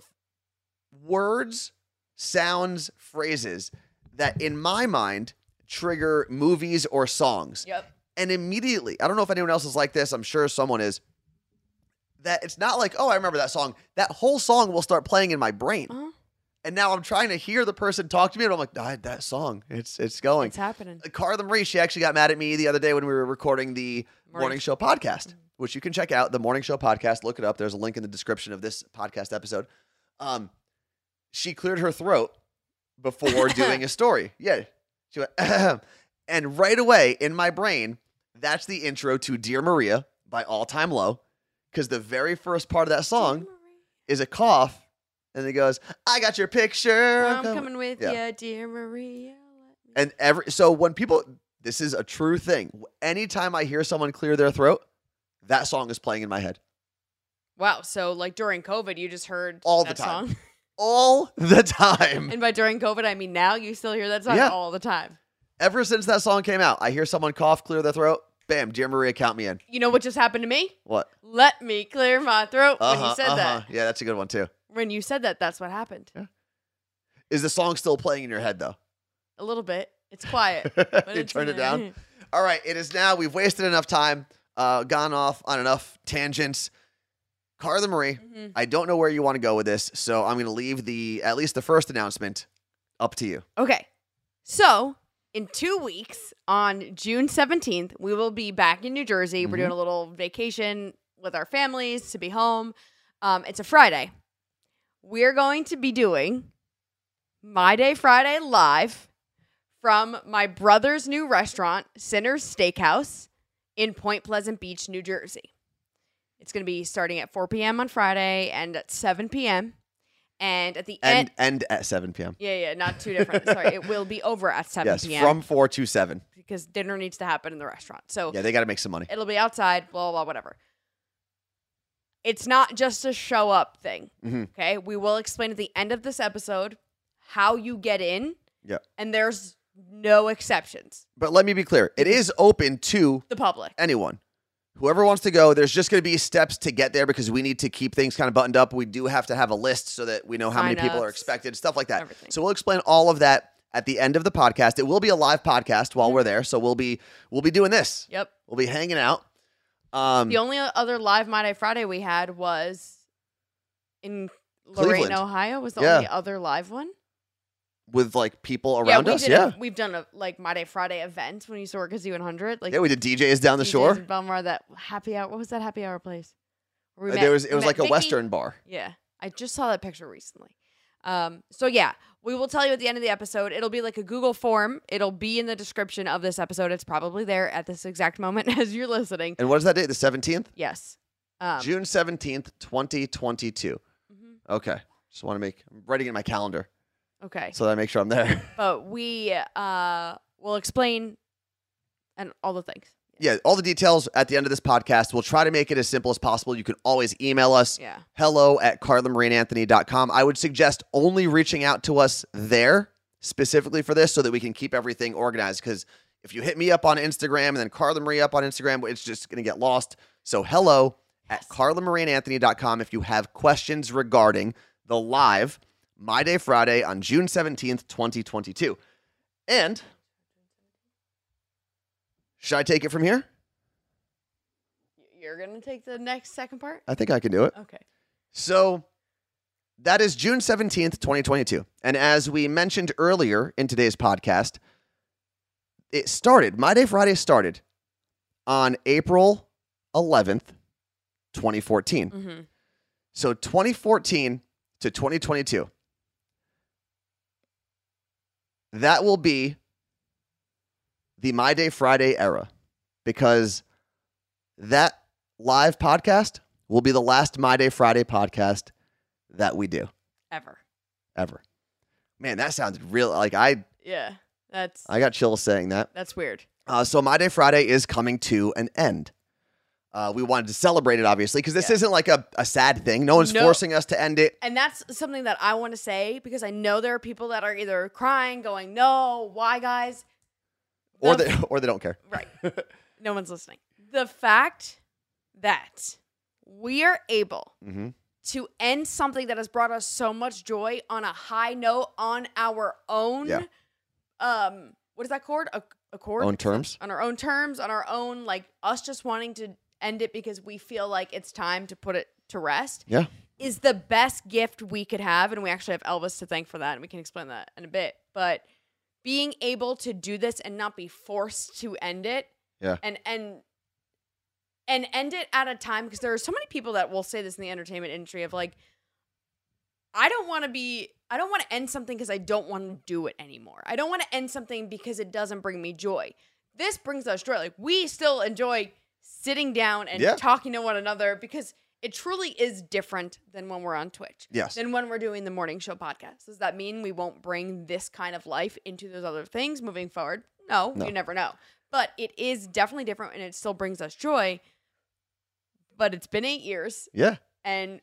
S1: words, sounds, phrases that in my mind trigger movies or songs
S2: Yep.
S1: and immediately i don't know if anyone else is like this i'm sure someone is that it's not like oh i remember that song that whole song will start playing in my brain
S2: Uh-huh.
S1: And now I'm trying to hear the person talk to me, and I'm like, "Ah, that song, it's it's going.
S2: It's happening.
S1: Carla Marie, she actually got mad at me the other day when we were recording the
S2: Morning
S1: morning, show podcast, which you can check out. The morning show podcast, look it up. There's a link in the description of this podcast episode. Um, she cleared her throat before doing a story. Yeah, she went, and right away in my brain, that's the intro to "Dear Maria" by All Time Low, because the very first part of that song is a cough, and it goes, "I got your picture."
S2: I'm coming with
S1: Yeah.
S2: you, dear Maria. Let me-
S1: And every so when people, this is a true thing. Anytime I hear someone clear their throat, that song is playing in my head
S2: Wow. So, like during COVID, you just heard
S1: All the
S2: that
S1: time.
S2: song.
S1: all the time.
S2: and by during COVID, I mean now you still hear that song
S1: Yeah.
S2: all the time.
S1: Ever since that song came out, I hear someone cough, clear their throat. Bam, dear Maria, count me in.
S2: You know what just happened to me?
S1: What?
S2: Let me clear my throat when
S1: Uh-huh,
S2: you said that.
S1: Yeah, that's a good one too.
S2: When you said that, that's what happened.
S1: Is the song still playing in your head though?
S2: A little bit. It's quiet. but
S1: you
S2: it's
S1: turned it
S2: there.
S1: down. All right, it is now. We've wasted enough time, uh, gone off on enough tangents. Carla Marie,
S2: Mhm.
S1: I don't know where you want to go with this, so I'm going to leave the at least the first announcement up to you.
S2: Okay. So, in two weeks, on June 17th, we will be back in New Jersey. We're doing a little vacation with our families to be home. Um, it's a Friday. We're going to be doing My Day Friday live from my brother's new restaurant, Sinner's Steakhouse, in Point Pleasant Beach, New Jersey. It's going to be starting at 4 p.m. on Friday and at 7 p.m. And at the end,
S1: And end at 7 p.m.
S2: yeah, yeah, not too different. Sorry, it will be over at 7
S1: Yes,
S2: p.m.
S1: from 4 to 7.
S2: because dinner needs to happen in the restaurant. So
S1: Yeah, they got to make some money.
S2: it'll be outside, blah, blah, blah, whatever. It's not just a show up thing.
S1: Mhm.
S2: Okay. We will explain at the end of this episode how you get in.
S1: Yeah.
S2: And there's no exceptions.
S1: But let me be clear it is open to
S2: The public.
S1: anyone. Whoever wants to go, there's just going to be steps to get there because we need to keep things kind of buttoned up. We do have to have a list so that we know how many people are
S2: Sign-ups,
S1: expected, stuff like that.
S2: everything.
S1: So we'll explain all of that at the end of the podcast. It will be a live podcast
S2: Mm-hmm.
S1: while we're there, so we'll be we'll be doing this.
S2: Yep.
S1: We'll be hanging out. Um,
S2: The only other live My Day Friday we had was in Lorain,
S1: Cleveland.
S2: Ohio, was the
S1: Yeah.
S2: only other live one.
S1: with like people around
S2: yeah, we
S1: us,
S2: did a-
S1: yeah,
S2: we've done a like My Day Friday event when you saw Kazoo 100. Like
S1: yeah. We did DJs down the
S2: DJs
S1: shore.
S2: in Belmar, that happy hour. What was that happy hour place? Where we
S1: Uh,
S2: met-
S1: there was
S2: we
S1: it was
S2: met
S1: like a
S2: Vicky?
S1: western bar.
S2: Yeah, I just saw that picture recently. Um, so yeah, we will tell you at the end of the episode. It'll be like a Google form. It'll be in the description of this episode. It's probably there at this exact moment as you're listening.
S1: And what is that date? The seventeenth.
S2: Yes. Um,
S1: June seventeenth, twenty twenty two.
S2: mhm.
S1: Okay, just want to make I'm writing it in my calendar
S2: Okay.
S1: so that I make sure I'm there.
S2: But we uh will explain and all the things.
S1: yeah, all the details at the end of this podcast. We'll try to make it as simple as possible. You can always email us
S2: Yeah.
S1: hello at carlamarineanthony.com. I would suggest only reaching out to us there specifically for this so that we can keep everything organized. Because if you hit me up on Instagram and then Carla Marie up on Instagram, it's just going to get lost. So hello at carlamarineanthony.com if you have questions regarding the live My Day Friday on June 17th, 2022. And should I take it from here?
S2: You're gonna take the next second part.
S1: I think I can do it.
S2: Okay.
S1: So that is June 17th, 2022. And as we mentioned earlier in today's podcast, it started, My Day Friday started on April 11th, 2014.
S2: Mm-hmm.
S1: So 2014 to 2022. That will be the My Day Friday era because that live podcast will be the last My Day Friday podcast that we do
S2: Ever.
S1: ever. Man, that sounds real like I
S2: Yeah. That's
S1: I got chills saying that.
S2: that's weird.
S1: Uh, so My Day Friday is coming to an end. Uh, we wanted to celebrate it obviously because this
S2: Yeah.
S1: isn't like a, a sad thing. No one's
S2: No.
S1: forcing us to end it.
S2: And that's something that I want to say because I know there are people that are either crying, going, "No, why, guys?"
S1: or
S2: The-
S1: they or they don't care.
S2: right. no one's listening. The fact that we are able
S1: Mm-hmm.
S2: to end something that has brought us so much joy on a high note on our own,
S1: Yeah.
S2: um, what is that called? A, a chord?
S1: Own terms.
S2: on our own terms, on our own, like us just wanting to end it because we feel like it's time to put it to rest.
S1: Yeah.
S2: is the best gift we could have. And we actually have Elvis to thank for that. And we can explain that in a bit. But being able to do this and not be forced to end it.
S1: Yeah.
S2: And, and, and end it at a time because there are so many people that will say this in the entertainment industry of like, I don't want to be, I don't want to end something because I don't want to do it anymore. I don't want to end something because it doesn't bring me joy. This brings us joy. Like, we still enjoy sitting down and
S1: Yeah.
S2: talking to one another because it truly is different than when we're on Twitch,
S1: Yes.
S2: than when we're doing the morning show podcast. Does that mean we won't bring this kind of life into those other things moving forward? No,
S1: No.
S2: you never know. But it is definitely different and it still brings us joy. But it's been eight years
S1: yeah.
S2: and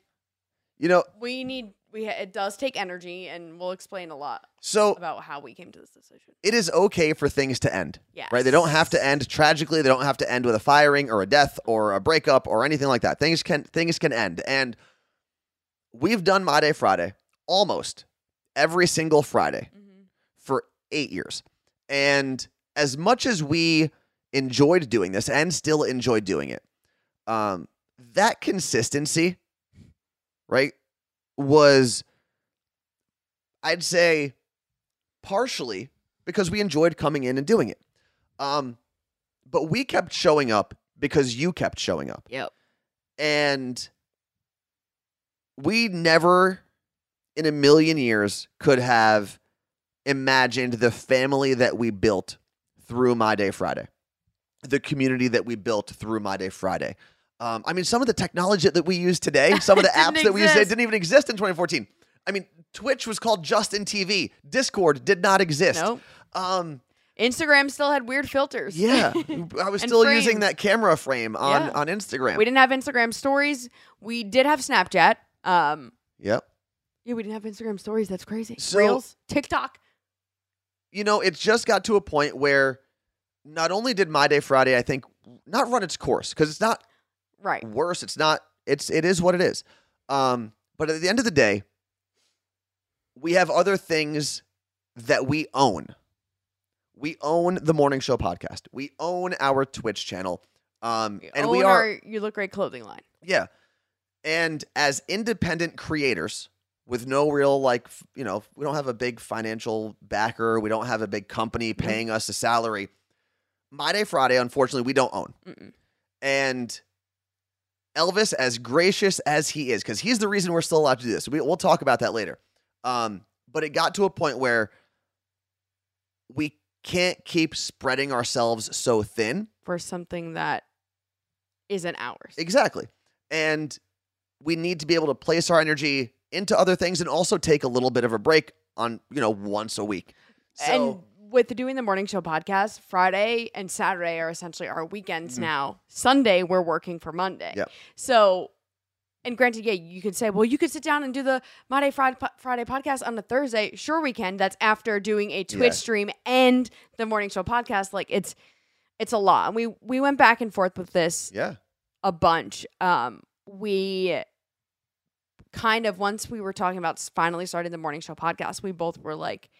S1: You know,
S2: we need we ha- it does take energy and we'll explain a lot
S1: so
S2: about how we came to this decision
S1: it is okay for things to end.
S2: Yes.
S1: Right? They don't have to end tragically. They don't have to end with a firing or a death or a breakup or anything like that. Things can things can end. And we've done My Day Friday almost every single Friday
S2: Mm-hmm.
S1: for 8 years. And as much as we enjoyed doing this and still enjoy doing it, um, that consistency, right, was I'd say partially because we enjoyed coming in and doing it. Um, but we kept showing up because you kept showing up.
S2: Yep.
S1: And we never in a million years could have imagined the family that we built through My Day Friday, the community that we built through My Day Friday. Um, I mean, some of the technology that we use today, some of the apps
S2: Didn't
S1: that we use today
S2: exist.
S1: didn't even exist in 2014. I mean, Twitch was called Justin TV. Discord did not exist.
S2: Nope.
S1: Um,
S2: instagram still had weird filters
S1: yeah, I was
S2: And
S1: still using
S2: frames.
S1: that camera frame on
S2: Yeah.
S1: on Instagram.
S2: we didn't have instagram stories we did have snapchat um
S1: yep.
S2: yeah we didn't have instagram stories that's crazy
S1: So-
S2: reels tiktok
S1: you know, it just got to a point where not only did My Day Friday, I think, not run its course because it's not
S2: right
S1: worse. It's not. It's it is what it is. Um, but at the end of the day, we have other things that we own. We own the morning show podcast. We own our Twitch channel. Um, and we
S2: Own
S1: are
S2: Oh, our you look great clothing line
S1: yeah. And as independent creators with no real, like, f- you know, we don't have a big financial backer. We don't have a big company paying us a salary. My Day Friday, unfortunately, we don't own.
S2: Mm-mm.
S1: And Elvis, as gracious as he is, because he's the reason we're still allowed to do this. We, we'll talk about that later. Um, but it got to a point where we can't keep spreading ourselves so thin.
S2: for something that isn't ours
S1: Exactly. And we need to be able to place our energy into other things and also take a little bit of a break on, you know, once a week. So
S2: and with doing the morning show podcast, Friday and Saturday are essentially our weekends
S1: Mm-hmm.
S2: now. Sunday, we're working for Monday.
S1: Yep.
S2: So, and granted, yeah, you could say, well, you could sit down and do the Monday Friday, Friday podcast on a Thursday. Sure, we can. That's after doing a Twitch
S1: Yeah.
S2: stream and the morning show podcast. Like it's, it's a lot. And we we went back and forth with this
S1: yeah.
S2: a bunch. Um, we kind of once we were talking about s- finally starting the morning show podcast, we both were like,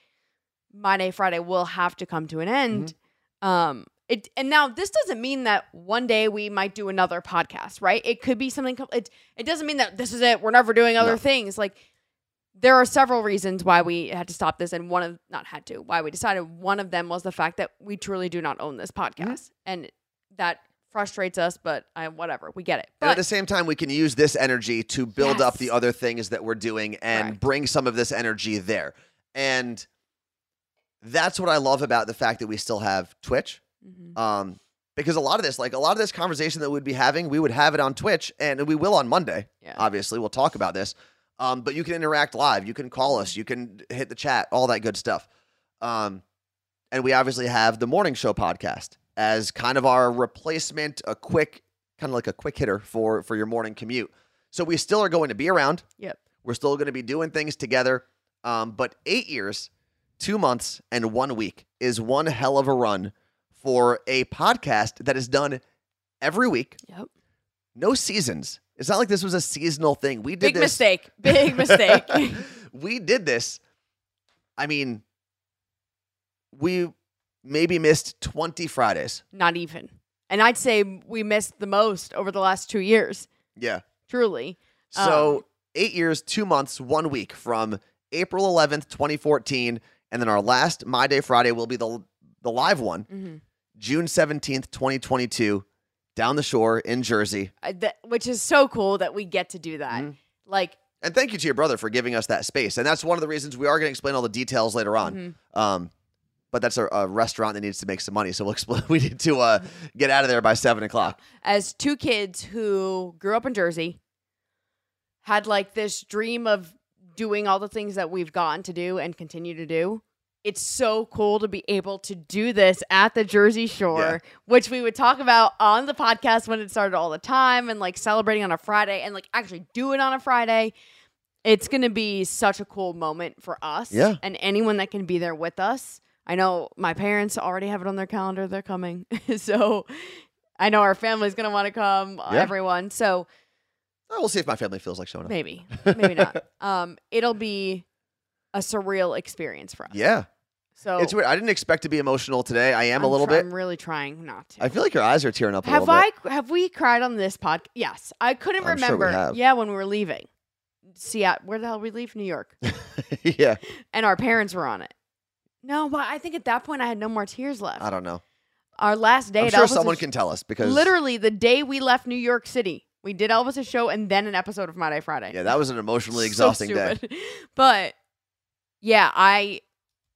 S2: Monday, Friday will have to come to an end.
S1: Mm-hmm.
S2: Um, it and now this doesn't mean that one day we might do another podcast, right? It could be something. com- It it doesn't mean that this is it. We're never doing other
S1: No.
S2: things. Like there are several reasons why we had to stop this, and one of not had to why we decided. One of them was the fact that we truly do not own this podcast,
S1: Mm-hmm.
S2: and that frustrates us. But I whatever we get it.
S1: and at
S2: But
S1: the same time, we can use this energy to build up
S2: Yes.
S1: the other things that we're doing and
S2: Correct.
S1: bring some of this energy there. And that's what I love about the fact that we still have Twitch.
S2: Mhm.
S1: Um, because a lot of this, like a lot of this conversation that we'd be having, we would have it on Twitch and we will on Monday.
S2: Yeah.
S1: Obviously, we'll talk about this. Um, but you can interact live, you can call
S2: Mm-hmm.
S1: us, you can hit the chat, all that good stuff. Um, and we obviously have the morning show podcast as kind of our replacement, a quick kind of like a quick hitter for for your morning commute. So we still are going to be around.
S2: Yep.
S1: We're still going to be doing things together. Um, but eight years, two months, and one week is one hell of a run for a podcast that is done every week.
S2: Yep.
S1: No seasons. It's not like this was a seasonal thing. We did
S2: big
S1: this.
S2: mistake, big mistake.
S1: we did this. I mean, we maybe missed 20 Fridays.
S2: not even. And I'd say we missed the most over the last two years,
S1: Yeah.
S2: truly.
S1: So
S2: Um,
S1: eight years, two months, one week from April 11th, 2014. And then our last My Day Friday will be the, the live one,
S2: Mhm.
S1: June 17th, 2022, down the shore in Jersey.
S2: I- that- which is so cool that we get to do
S1: Mm-hmm.
S2: that. Like,
S1: And thank you to your brother for giving us that space. And that's one of the reasons we are going to explain all the details later on.
S2: Mm-hmm.
S1: Um, but that's a, a restaurant that needs to make some money. So we'll explain. We need to uh, get out of there by seven o'clock.
S2: as two kids who grew up in Jersey, had like this dream of doing all the things that we've gotten to do and continue to do. It's so cool to be able to do this at the Jersey Shore, which we would talk about on the podcast when it started all the time and like celebrating on a Friday and like actually do it on a Friday. It's going to be such a cool moment for us
S1: Yeah.
S2: and anyone that can be there with us. I know my parents already have it on their calendar. They're coming. so I know our family's going to want to come, uh,
S1: Yeah.
S2: everyone. So
S1: Oh, we'll see if my family feels like showing up.
S2: Maybe, maybe not. Um, it'll be a surreal experience for us.
S1: Yeah,
S2: So
S1: it's weird. I didn't expect to be emotional today. I am
S2: Oh.
S1: a
S2: I'm
S1: little
S2: tr-
S1: bit.
S2: I'm really trying not to.
S1: I feel like your eyes are tearing up. A
S2: have
S1: little
S2: I
S1: Bit.
S2: have we cried on this podcast? Yes, I couldn't
S1: I'm sure we
S2: remember.
S1: have.
S2: Yeah, when we were leaving, Seattle. Where the hell did we leave? New York,
S1: yeah,
S2: and our parents were on it. No, but I think at that point I had no more tears left.
S1: I don't know.
S2: Our last day.
S1: I'm
S2: at
S1: sure
S2: Elvis'
S1: someone
S2: sh-
S1: can tell us because
S2: Literally the day we left New York City, we did Elvis' show and then an episode of My Day Friday.
S1: Yeah, that was an emotionally exhausting day.
S2: stupid. But yeah, I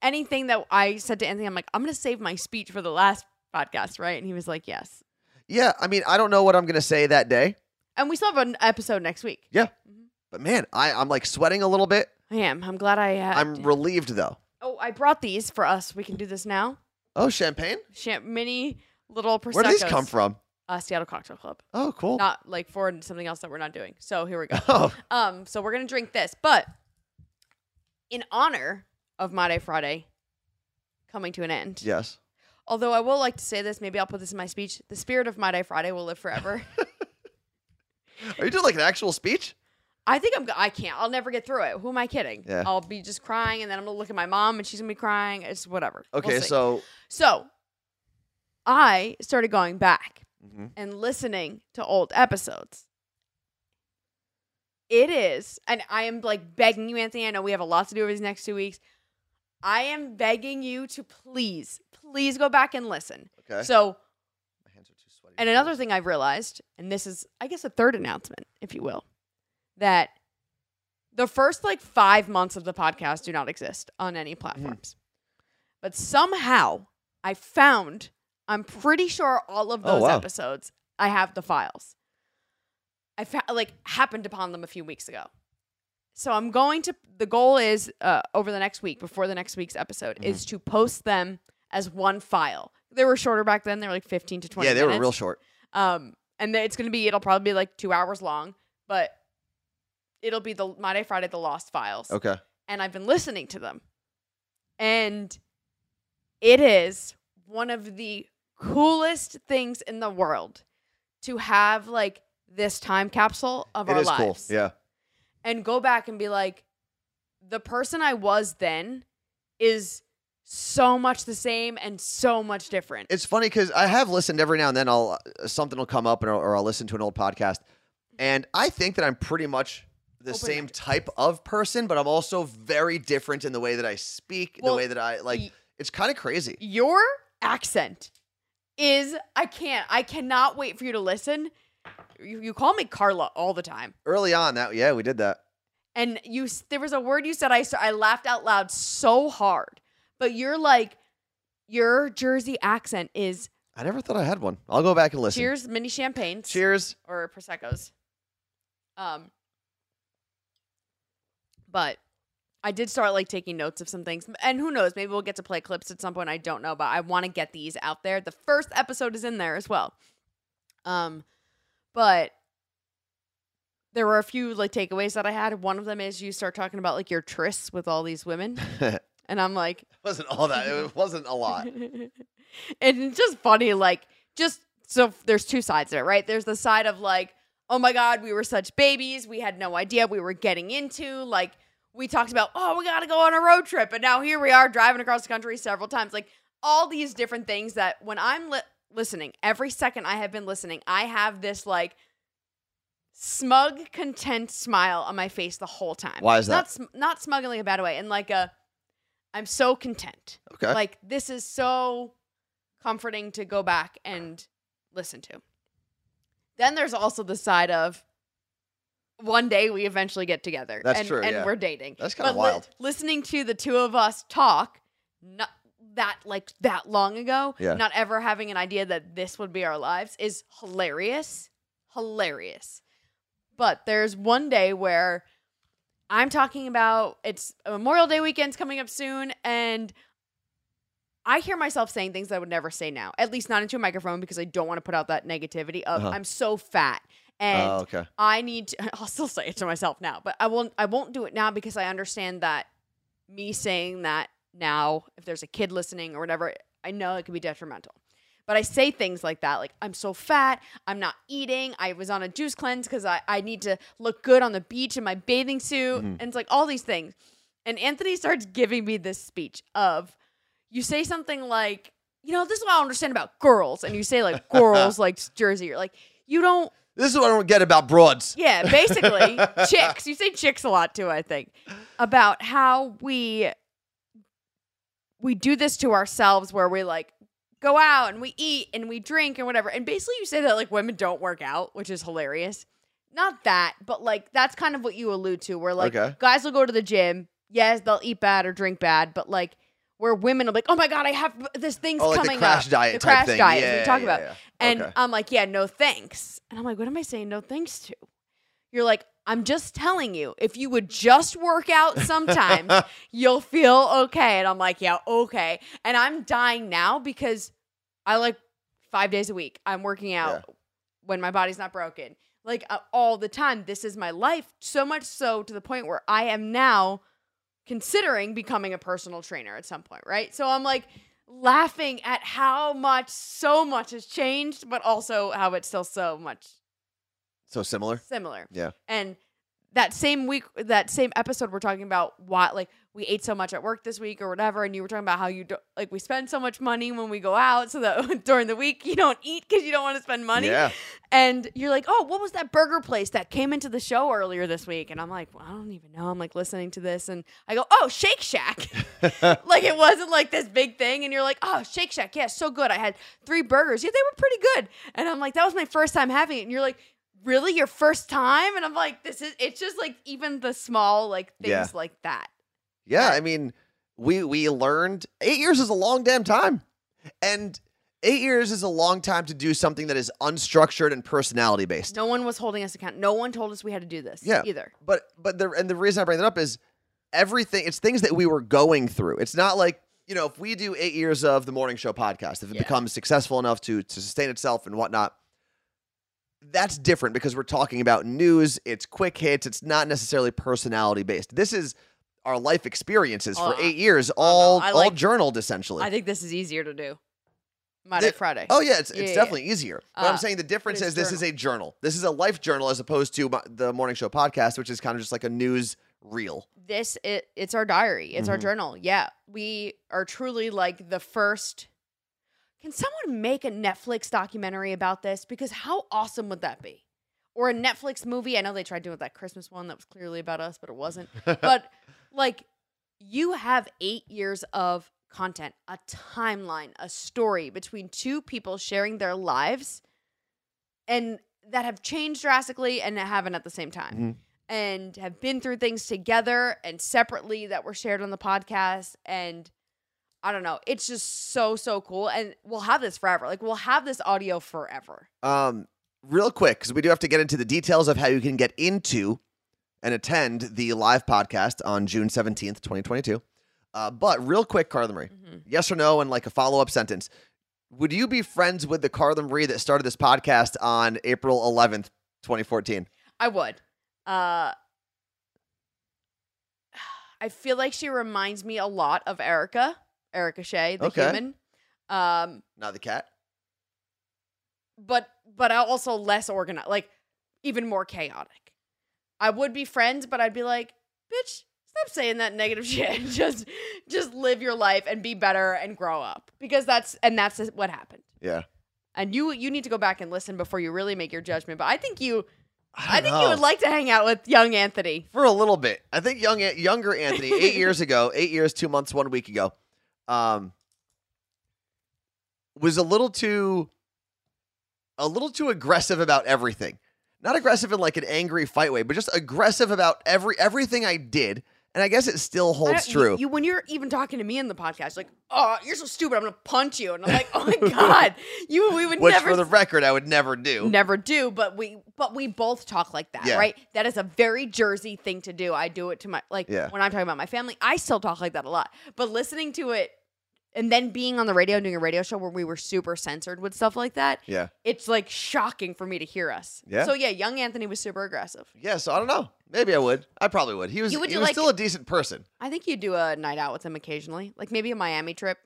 S2: anything that I said to Anthony, I'm like, I'm gonna save my speech for the last podcast, right? And he was like, Yes.
S1: Yeah, I mean, I don't know what I'm gonna say that day,
S2: And we still have an episode next week. Mm-hmm.
S1: but man, I, I'm like sweating a little bit.
S2: I am. I'm glad I. Uh,
S1: I'm relieved though.
S2: oh, I brought these for us. We can do this now.
S1: Oh, champagne.
S2: Champ mini little prosecco.
S1: Where do these come from?
S2: Uh, Seattle Cocktail Club.
S1: Oh, cool.
S2: Not like for something else that we're not doing. So here we go.
S1: Oh,
S2: Um, so we're gonna drink this, but in honor of My Day Friday coming to an end.
S1: yes.
S2: Although I will like to say this, maybe I'll put this in my speech. The spirit of My Day Friday will live forever.
S1: Are you doing like an actual speech?
S2: I think I'm. go- I can't. I'll never get through it. Who am I kidding?
S1: Yeah.
S2: I'll be just crying, and then I'm gonna look at my mom, and she's gonna be crying. It's whatever. We'll
S1: Okay,
S2: see.
S1: so
S2: so I started going back
S1: Mhm.
S2: and listening to old episodes. It is, and I am like begging you, Anthony. I know we have a lot to do over these next two weeks. I am begging you to please, please go back and listen.
S1: okay.
S2: So
S1: My hands are too sweaty.
S2: And another thing I've realized, and this is, I guess, a third announcement, if you will, that the first like five months of the podcast do not exist on any
S1: Mm-hmm.
S2: platforms. But somehow I found, I'm pretty sure all of
S1: Oh,
S2: those
S1: wow.
S2: episodes, I have the files. I fa- like happened upon them a few weeks ago. So I'm going to, the goal is uh, over the next week, before the next week's episode, is
S1: Mm-hmm.
S2: to post them as one file. They were shorter back then. They were like 15 to 20
S1: yeah, they were
S2: minutes.
S1: real short.
S2: Um, and then it's gonna be it'll probably be like two hours long, but it'll be the My Day Friday, the Lost Files,
S1: Okay.
S2: and I've been listening to them, and it is one of the coolest things in the world to have like this time capsule of
S1: it
S2: our
S1: is cool.
S2: lives
S1: Yeah.
S2: and go back and be like, the person I was then is so much the same and so much different.
S1: It's funny because I have listened every now and then. I'll uh, something will come up, and I'll, or I'll listen to an old podcast, and I think that I'm pretty much the same
S2: Open-minded.
S1: type of person, but I'm also very different in the way that I speak,
S2: Well,
S1: the way that I like.
S2: y-
S1: it's kind of crazy.
S2: your accent is I can't I cannot wait for you to listen. You, you call me Carla all the time,
S1: Early on, that yeah, we did that.
S2: and you s- there was a word you said I s- I laughed out loud so hard, but you're like your Jersey accent is
S1: I never thought I had one. I'll go back and listen.
S2: cheers mini champagnes
S1: Cheers.
S2: or proseccos, um, but. I did start like taking notes of some things, and who knows? Maybe we'll get to play clips at some point. I don't know, but I want to get these out there. The first episode is in there as well. Um, but there were a few like takeaways that I had. One of them is you start talking about like your trysts with all these women,
S1: it
S2: and I'm like,
S1: wasn't all that. It wasn't a lot.
S2: and it's just funny, like just so f- there's two sides of it, right? There's the side of like, oh my god, we were such babies, we had no idea we were getting into. Like we talked about, oh, we gotta go on a road trip, and now here we are driving across the country several times. Like all these different things that when I'm li- listening, every second I have been listening, I have this like smug, content smile on my face the whole time.
S1: Why is that?
S2: Not, sm- not smug in like a bad way, and like a, I'm so content.
S1: Okay.
S2: Like this is so comforting to go back and listen to. Then there's also the side of one day we eventually get together.
S1: That's
S2: and,
S1: true,
S2: And
S1: yeah.
S2: we're dating.
S1: That's kinda
S2: But
S1: wild.
S2: listening to the two of us talk, not that like that long ago,
S1: Yeah.
S2: not ever having an idea that this would be our lives is hilarious. Hilarious. But there's one day where I'm talking about it's Memorial Day weekend's coming up soon, and I hear myself saying things that I would never say now, at least not into a microphone because I don't want to put out that negativity of
S1: Uh-huh.
S2: I'm so fat and
S1: oh, okay.
S2: I need to I'll still say it to myself now, but I won't I won't do it now because I understand that me saying that now, if there's a kid listening or whatever, I know it could be detrimental. But I say things like that, like I'm so fat, I'm not eating, I was on a juice cleanse because I, I need to look good on the beach in my bathing suit. And it's like all these things. And Anthony starts giving me this speech of you say something like, you know, this is what I don't understand about girls. And you say like girls like Jersey, you're like, you don't
S1: This is what I don't get about broads.
S2: yeah, basically, chicks. You say chicks a lot too, I think, about how we we do this to ourselves where we like go out and we eat and we drink and whatever. And basically you say that like women don't work out, which is hilarious. Not that, but like that's kind of what you allude to where like
S1: Okay.
S2: guys will go to the gym. Yes, they'll eat bad or drink bad, but like where women will be like, "Oh my god, I have this thing's
S1: Oh, like
S2: coming
S1: the crash
S2: up."
S1: diet
S2: the
S1: type
S2: crash
S1: thing.
S2: diet
S1: yeah,
S2: we talk
S1: yeah,
S2: about.
S1: yeah.
S2: And
S1: Okay.
S2: I'm like, yeah, no thanks. And I'm like, what am I saying no thanks to? You're like, I'm just telling you, if you would just work out sometimes, you'll feel okay. And I'm like, yeah, okay. And I'm dying now because I like five days a week. I'm working out when my body's not broken, like uh, all the time. This is my life. So much so to the point where I am now considering becoming a personal trainer at some point, right? So I'm like laughing at how much so much has changed, but also how it's still so much
S1: so similar.
S2: similar.
S1: Yeah.
S2: And that same week, that same episode, we're talking about why, like, we ate so much at work this week or whatever. And you were talking about how you, do, like, we spend so much money when we go out so that during the week you don't eat because you don't want to spend money.
S1: Yeah.
S2: And you're like, oh, what was that burger place that came into the show earlier this week? And I'm like, well, I don't even know. I'm like listening to this and I go, oh, Shake Shack. like it wasn't like this big thing. And you're like, oh, Shake Shack. Yeah, so good. I had three burgers. Yeah, they were pretty good. And I'm like, that was my first time having it. And you're like, really? Your first time? And I'm like, this is, it's just like even the small like things
S1: Yeah.
S2: like that.
S1: Yeah, I mean, we we learned eight years is a long damn time, and eight years is a long time to do something that is unstructured and personality based.
S2: No one was holding us account. No one told us we had to do this
S1: Yeah.
S2: either.
S1: But but the and the reason I bring that up is everything. It's things that we were going through. It's not like you know if we do eight years of the morning show podcast, if it
S2: Yeah.
S1: becomes successful enough to to sustain itself and whatnot. That's different because we're talking about news. It's quick hits. It's not necessarily personality based. This is our life experiences
S2: Oh,
S1: for
S2: I-
S1: eight years, all
S2: I
S1: all
S2: like-
S1: journaled essentially.
S2: I think this is easier to do. Monday,
S1: Th-
S2: Friday.
S1: Oh yeah, it's,
S2: Yeah,
S1: it's
S2: yeah,
S1: definitely easier. But I'm
S2: Uh,
S1: saying the difference
S2: it's
S1: is this
S2: journal.
S1: is a journal. This is a life journal as opposed to my, the morning show podcast, which is kind of just like a news reel.
S2: this it, it's our diary it's our
S1: Mhm.
S2: journal yeah we are truly like the first can someone make a netflix documentary about this because how awesome would that be or a netflix movie i know they tried doing that christmas one that was clearly about us but it wasn't but like you have eight years of content a timeline a story between two people sharing their lives and that have changed drastically and haven't at the same time
S1: Mhm.
S2: and have been through things together and separately that were shared on the podcast and i don't know it's just so so cool and we'll have this forever like we'll have this audio forever
S1: Um, real quick, because we do have to get into the details of how you can get into and attend the live podcast on June 17th, 2022. Uh, but real quick, Carla Marie,
S2: Mm-hmm.
S1: yes or no, and like a follow up sentence. Would you be friends with the Carla Marie that started this podcast on April 11th, 2014?
S2: i would uh i feel like she reminds me a lot of erica erica shea the
S1: Okay.
S2: human um
S1: Not the cat.
S2: but but I also less organized, like even more chaotic. I would be friends, but I'd be like, bitch, stop saying that negative shit. just just live your life and be better and grow up because that's and that's just what happened.
S1: Yeah.
S2: And you you need to go back and listen before you really make your judgment. But I think you
S1: I,
S2: I
S1: don't
S2: think
S1: know.
S2: you would like to hang out with young Anthony.
S1: for a little bit. I think young, younger Anthony, eight years ago, eight years, two months, one week ago, um, was a little too, a little too aggressive about everything. Not aggressive in like an angry fight way, but just aggressive about every everything I did. And I guess it still
S2: I
S1: holds
S2: don't-
S1: true.
S2: You, you- when you're even talking to me in the podcast, like, oh, you're so stupid. I'm gonna punch you, and I'm like, oh my god, you. We would
S1: which,
S2: never
S1: for the record, I would never do.
S2: never do but we but we both talk like that
S1: Oh. Yeah.
S2: right that is a very jersey thing to do i do it to my like
S1: Yeah.
S2: when i'm talking about my family i still talk like that a lot but listening to it and then being on the radio and doing a radio show where we were super censored with stuff like that
S1: Yeah.
S2: it's like shocking for me to hear us
S1: Yeah.
S2: so yeah young anthony was super aggressive
S1: Yeah, so I don't know. Maybe I would. I probably would. He was,
S2: You would
S1: he
S2: do,
S1: was
S2: like-
S1: still a decent person.
S2: i think you do a night out with him occasionally like maybe a miami trip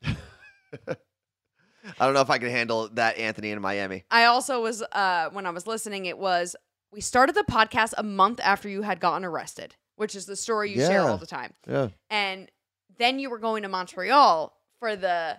S1: I don't know if I can handle that Anthony in Miami.
S2: i also was uh when i was listening it was we started the podcast a month after you had gotten arrested which is the story you share
S1: Yeah.
S2: all the time
S1: Yeah.
S2: and then you were going to Montreal for the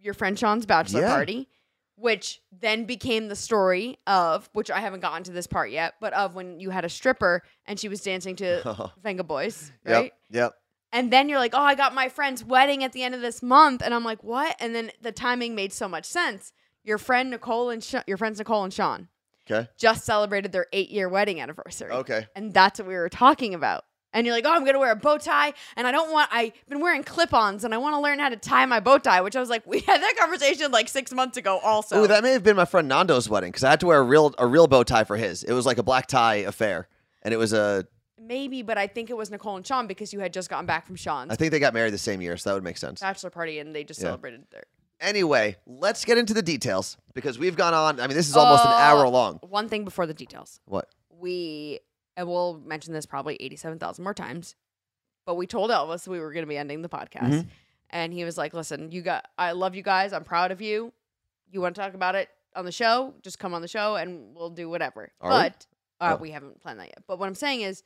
S2: your friend Sean's bachelor
S1: Yeah.
S2: party, which then became the story of which I haven't gotten to this part yet, but of when you had a stripper and she was dancing to Venga Boys,
S1: Oh. Yep.
S2: right?
S1: Yep.
S2: And then you're like, "Oh, I got my friend's wedding at the end of this month," and I'm like, "What?" And then the timing made so much sense. Your friend Nicole and Sha- your friends Nicole and Sean
S1: Okay.
S2: just celebrated their eight year wedding anniversary.
S1: Okay.
S2: And that's what we were talking about. And you're like, oh, I'm gonna wear a bow tie, and I don't want. I've been wearing clip-ons, and I want to learn how to tie my bow tie. Which I was like, we had that conversation like six months ago. Also,
S1: Ooh, that may have been my friend Nando's wedding because I had to wear a real a real bow tie for his. It was like a black tie affair, and it was a.
S2: maybe, but I think it was Nicole and Sean because you had just gotten back from Sean's
S1: I think they got married the same year, so that would make sense.
S2: bachelor party, and they just
S1: Yeah.
S2: celebrated their
S1: Anyway, let's get into the details because we've gone on. I mean, this is almost an hour
S2: Oh.
S1: long.
S2: one thing before the details.
S1: What?
S2: We and we'll mention this probably eighty-seven thousand more times, but we told Elvis we were gonna be ending the podcast,
S1: Mm-hmm.
S2: and he was like, "Listen, you got. I love you guys. I'm proud of you. You want to talk about it on the show? Just come on the show, and we'll do whatever."
S1: Are we?
S2: but Uh,
S1: Oh.
S2: we haven't planned that yet. But what I'm saying is,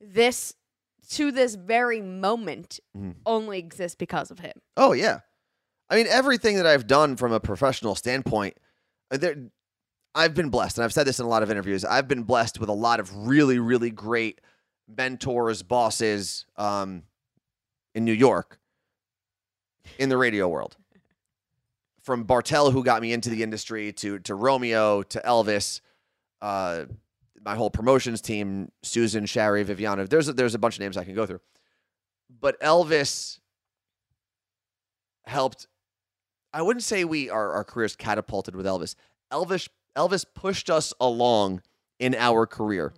S2: this to this very moment
S1: Mhm.
S2: only exists because of him.
S1: Oh yeah, I mean everything that I've done from a professional standpoint, uh, there, I've been blessed, and I've said this in a lot of interviews. I've been blessed with a lot of really, really great mentors, bosses, um, in New York, in the radio world. From Bartel, who got me into the industry, to to Romeo, to Elvis, uh, my whole promotions team, Susan, Shari, Viviana. There's a, there's a bunch of names I can go through, but Elvis helped. I wouldn't say we our, our careers catapulted with Elvis. Elvis Elvis pushed us along in our career,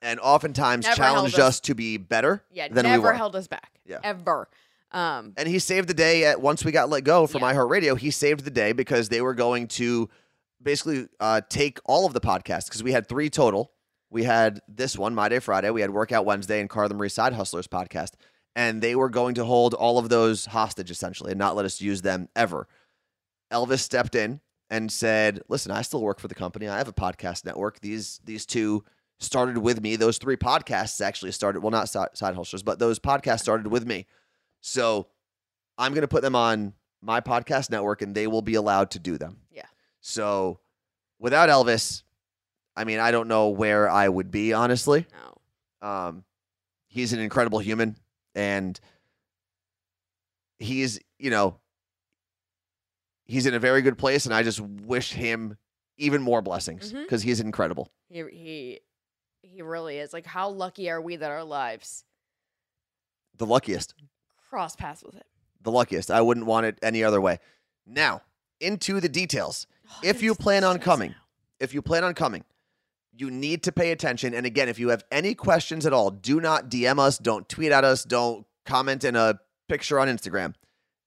S1: and oftentimes
S2: Mm-hmm. Never held
S1: challenged
S2: us.
S1: us to be better
S2: Yeah,
S1: than we
S2: never
S1: were.
S2: held us back.
S1: Yeah.
S2: ever. Um,
S1: and he saved the day at once we got let go from
S2: Yeah.
S1: iHeartRadio. He saved the day because they were going to basically uh, take all of the podcasts because we had three total. We had this one, My Day Friday. We had Workout Wednesday and Carla Marie Side Hustlers podcast, and they were going to hold all of those hostage essentially and not let us use them ever. Elvis stepped in and said, "Listen, I still work for the company. I have a podcast network. These these two started with me. Those three podcasts actually started. Well, not side, side hustlers, but those podcasts started with me. So I'm going to put them on my podcast network, and they will be allowed to do them.
S2: Yeah.
S1: So without Elvis, I mean, I don't know where I would be honestly.
S2: no.
S1: Um, he's an incredible human, and he's you know he's in a very good place, and I just wish him even more blessings
S2: Mhm.
S1: because he's incredible.
S2: He he he really is. Like how lucky are we that our lives
S1: The luckiest,
S2: cross paths with him?
S1: the luckiest. I wouldn't want it any other way. Now into the details.
S2: Oh,
S1: If
S2: I'm
S1: you
S2: just
S1: plan on
S2: stressed
S1: coming.
S2: out.
S1: if you plan on coming, you need to pay attention. And again, if you have any questions at all, do not DM us, don't tweet at us, don't comment in a picture on Instagram.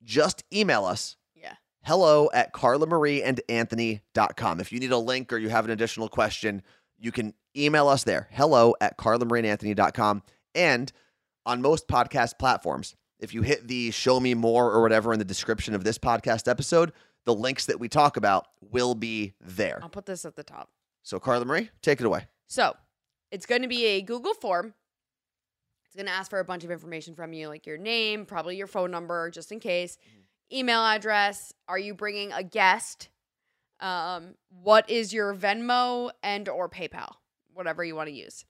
S1: Just email us.
S2: Yeah.
S1: Hello at carlamarieandanthony.com. If you need a link or you have an additional question, you can email us there. Hello at carlamarieandanthony.com. And on most podcast platforms, if you hit the show me more or whatever in the description of this podcast episode, the links that we talk about will be there.
S2: I'll put this at the top.
S1: So, Carla Marie, take it away.
S2: So it's going to be a Google form. It's going to ask for a bunch of information from you, like your name, probably your phone number, just in case, email address. Are you bringing a guest? um, what is your Venmo and or PayPal, whatever you want to use,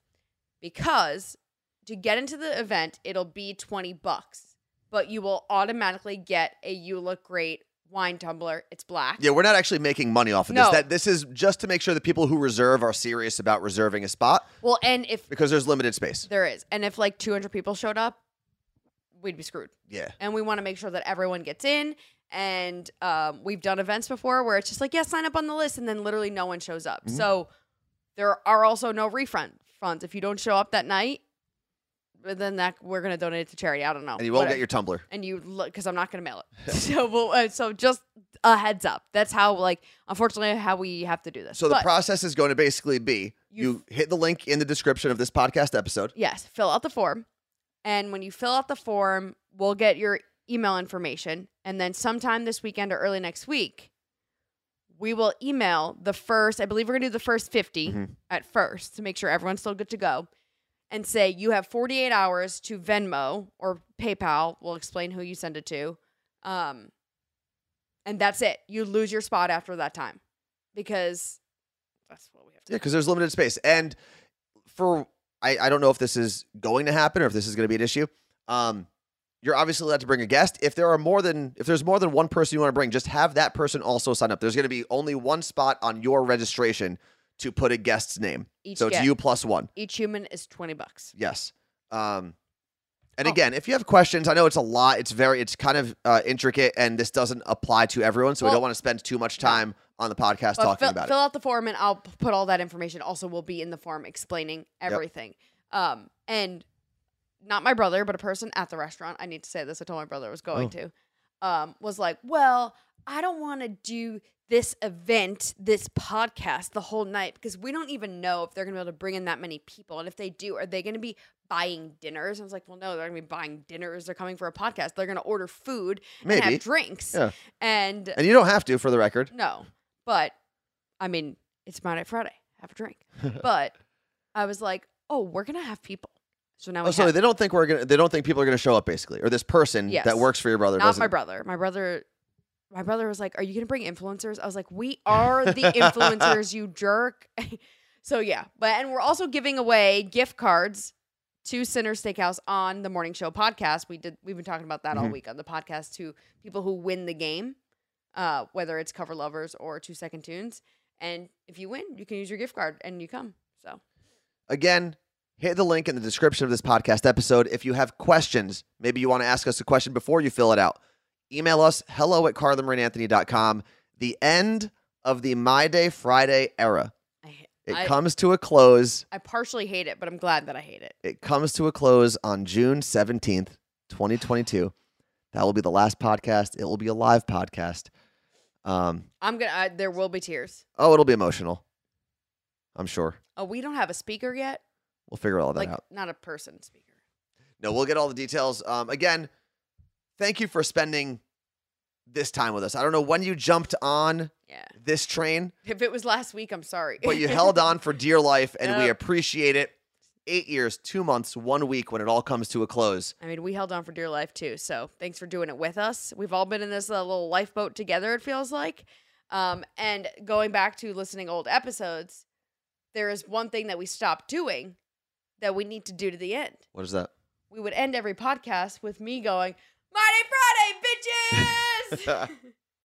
S2: because to get into the event it'll be twenty bucks, but you will automatically get a you look great wine tumbler. It's black.
S1: Yeah, we're not actually making money off of
S2: No.
S1: this. That this is just to make sure the people who reserve are serious about reserving a spot
S2: Well, and if
S1: because there's limited space.
S2: there is, and if like two hundred people showed up, we'd be screwed.
S1: Yeah.
S2: and we want to make sure that everyone gets in. And um, we've done events before where it's just like, yeah, sign up on the list, and then literally no one shows up.
S1: Mm-hmm.
S2: So there are also no refund funds if you don't show up that night. But then that we're gonna donate it to charity. I don't know.
S1: And you won't
S2: Whatever.
S1: get your Tumblr.
S2: and you look because I'm not gonna mail it. so well, uh, so just a heads up. That's how like unfortunately how we have to do this.
S1: So the
S2: But-
S1: process is going to basically be
S2: You-
S1: you hit the link in the description of this podcast episode.
S2: Yes, fill out the form. And when you fill out the form, we'll get your email information. And then sometime this weekend or early next week, we will email the first, I believe we're going to do the first 50
S1: Mhm.
S2: at first to make sure everyone's still good to go and say you have 48 hours to Venmo or PayPal. We'll explain who you send it to. Um, and that's it. You lose your spot after that time because that's what we have to
S1: Yeah, because there's limited space. And for I, I don't know if this is going to happen or if this is going to be an issue. Um, you're obviously allowed to bring a guest. If there are more than if there's more than one person you want to bring, just have that person also sign up. There's going to be only one spot on your registration to put a guest's name.
S2: Each
S1: so it's
S2: guest.
S1: you plus one.
S2: Each human is 20 bucks.
S1: Yes. Um, and
S2: Oh.
S1: again, if you have questions, I know it's a lot. It's very, it's kind of uh, intricate, and this doesn't apply to everyone, so we
S2: Well-
S1: don't want to spend too much time on the podcast
S2: But
S1: talking
S2: fill,
S1: about
S2: fill out the form and I'll p- put all that information. Also, will be in the form explaining everything. Um, and not my brother, but a person at the restaurant. I need to say this. I told my brother I was
S1: Oh.
S2: going to. Um, was like, well, I don't want to do this event, this podcast, the whole night because we don't even know if they're gonna be able to bring in that many people, and if they do, are they gonna be buying dinners? I was like, well, no, they're gonna be buying dinners. They're coming for a podcast. They're gonna order food
S1: it.
S2: and
S1: Maybe,
S2: have drinks.
S1: Yeah.
S2: And
S1: and you don't have to, for the record.
S2: no, but I mean, it's Monday, Friday. Have a drink. but I was like, oh, we're gonna have people. So now we
S1: Oh, so
S2: have-
S1: they don't think we're gonna, they don't think people are gonna show up, basically, or this person
S2: Yes.
S1: that works for your brother
S2: not
S1: doesn't.
S2: my brother. My brother, my brother was like, are you gonna bring influencers? I was like, we are the influencers, you jerk. so yeah, but and we're also giving away gift cards to Sinner Steakhouse on the Morning Show podcast. We did. We've been talking about that all
S1: Mhm.
S2: week on the podcast to people who win the game, uh, whether it's cover lovers or two second tunes. And if you win, you can use your gift card and you come. So
S1: Again, hit the link in the description of this podcast episode. If you have questions, maybe you want to ask us a question before you fill it out. Email us hello at carlamarineanthony.com. The end of the My Day Friday era.
S2: I
S1: It
S2: I,
S1: comes to a close.
S2: I partially hate it, but I'm glad that I hate it.
S1: It comes to a close on June 17th, 2022. That will be the last podcast. It will be a live podcast. Um,
S2: I'm gonna. I, there will be tears.
S1: oh, it'll be emotional. I'm sure.
S2: Oh, we don't have a speaker yet.
S1: We'll figure all that
S2: like
S1: out.
S2: not a person speaker.
S1: No, we'll get all the details. Um, again, thank you for spending this time with us. I don't know when you jumped on
S2: Yeah.
S1: this train,
S2: If it was last week, I'm sorry.
S1: but you held on for dear life, and we
S2: Yep.
S1: appreciate it. Eight years, two months, one week when it all comes to a close.
S2: I mean, we held on for dear life too. So thanks for doing it with us. We've all been in this uh, little lifeboat together. It feels like. Um, and going back to listening old episodes, there is one thing that we stopped doing that we need to do to the end.
S1: What is that?
S2: We would end every podcast with me going, "Mighty Friday, bitches."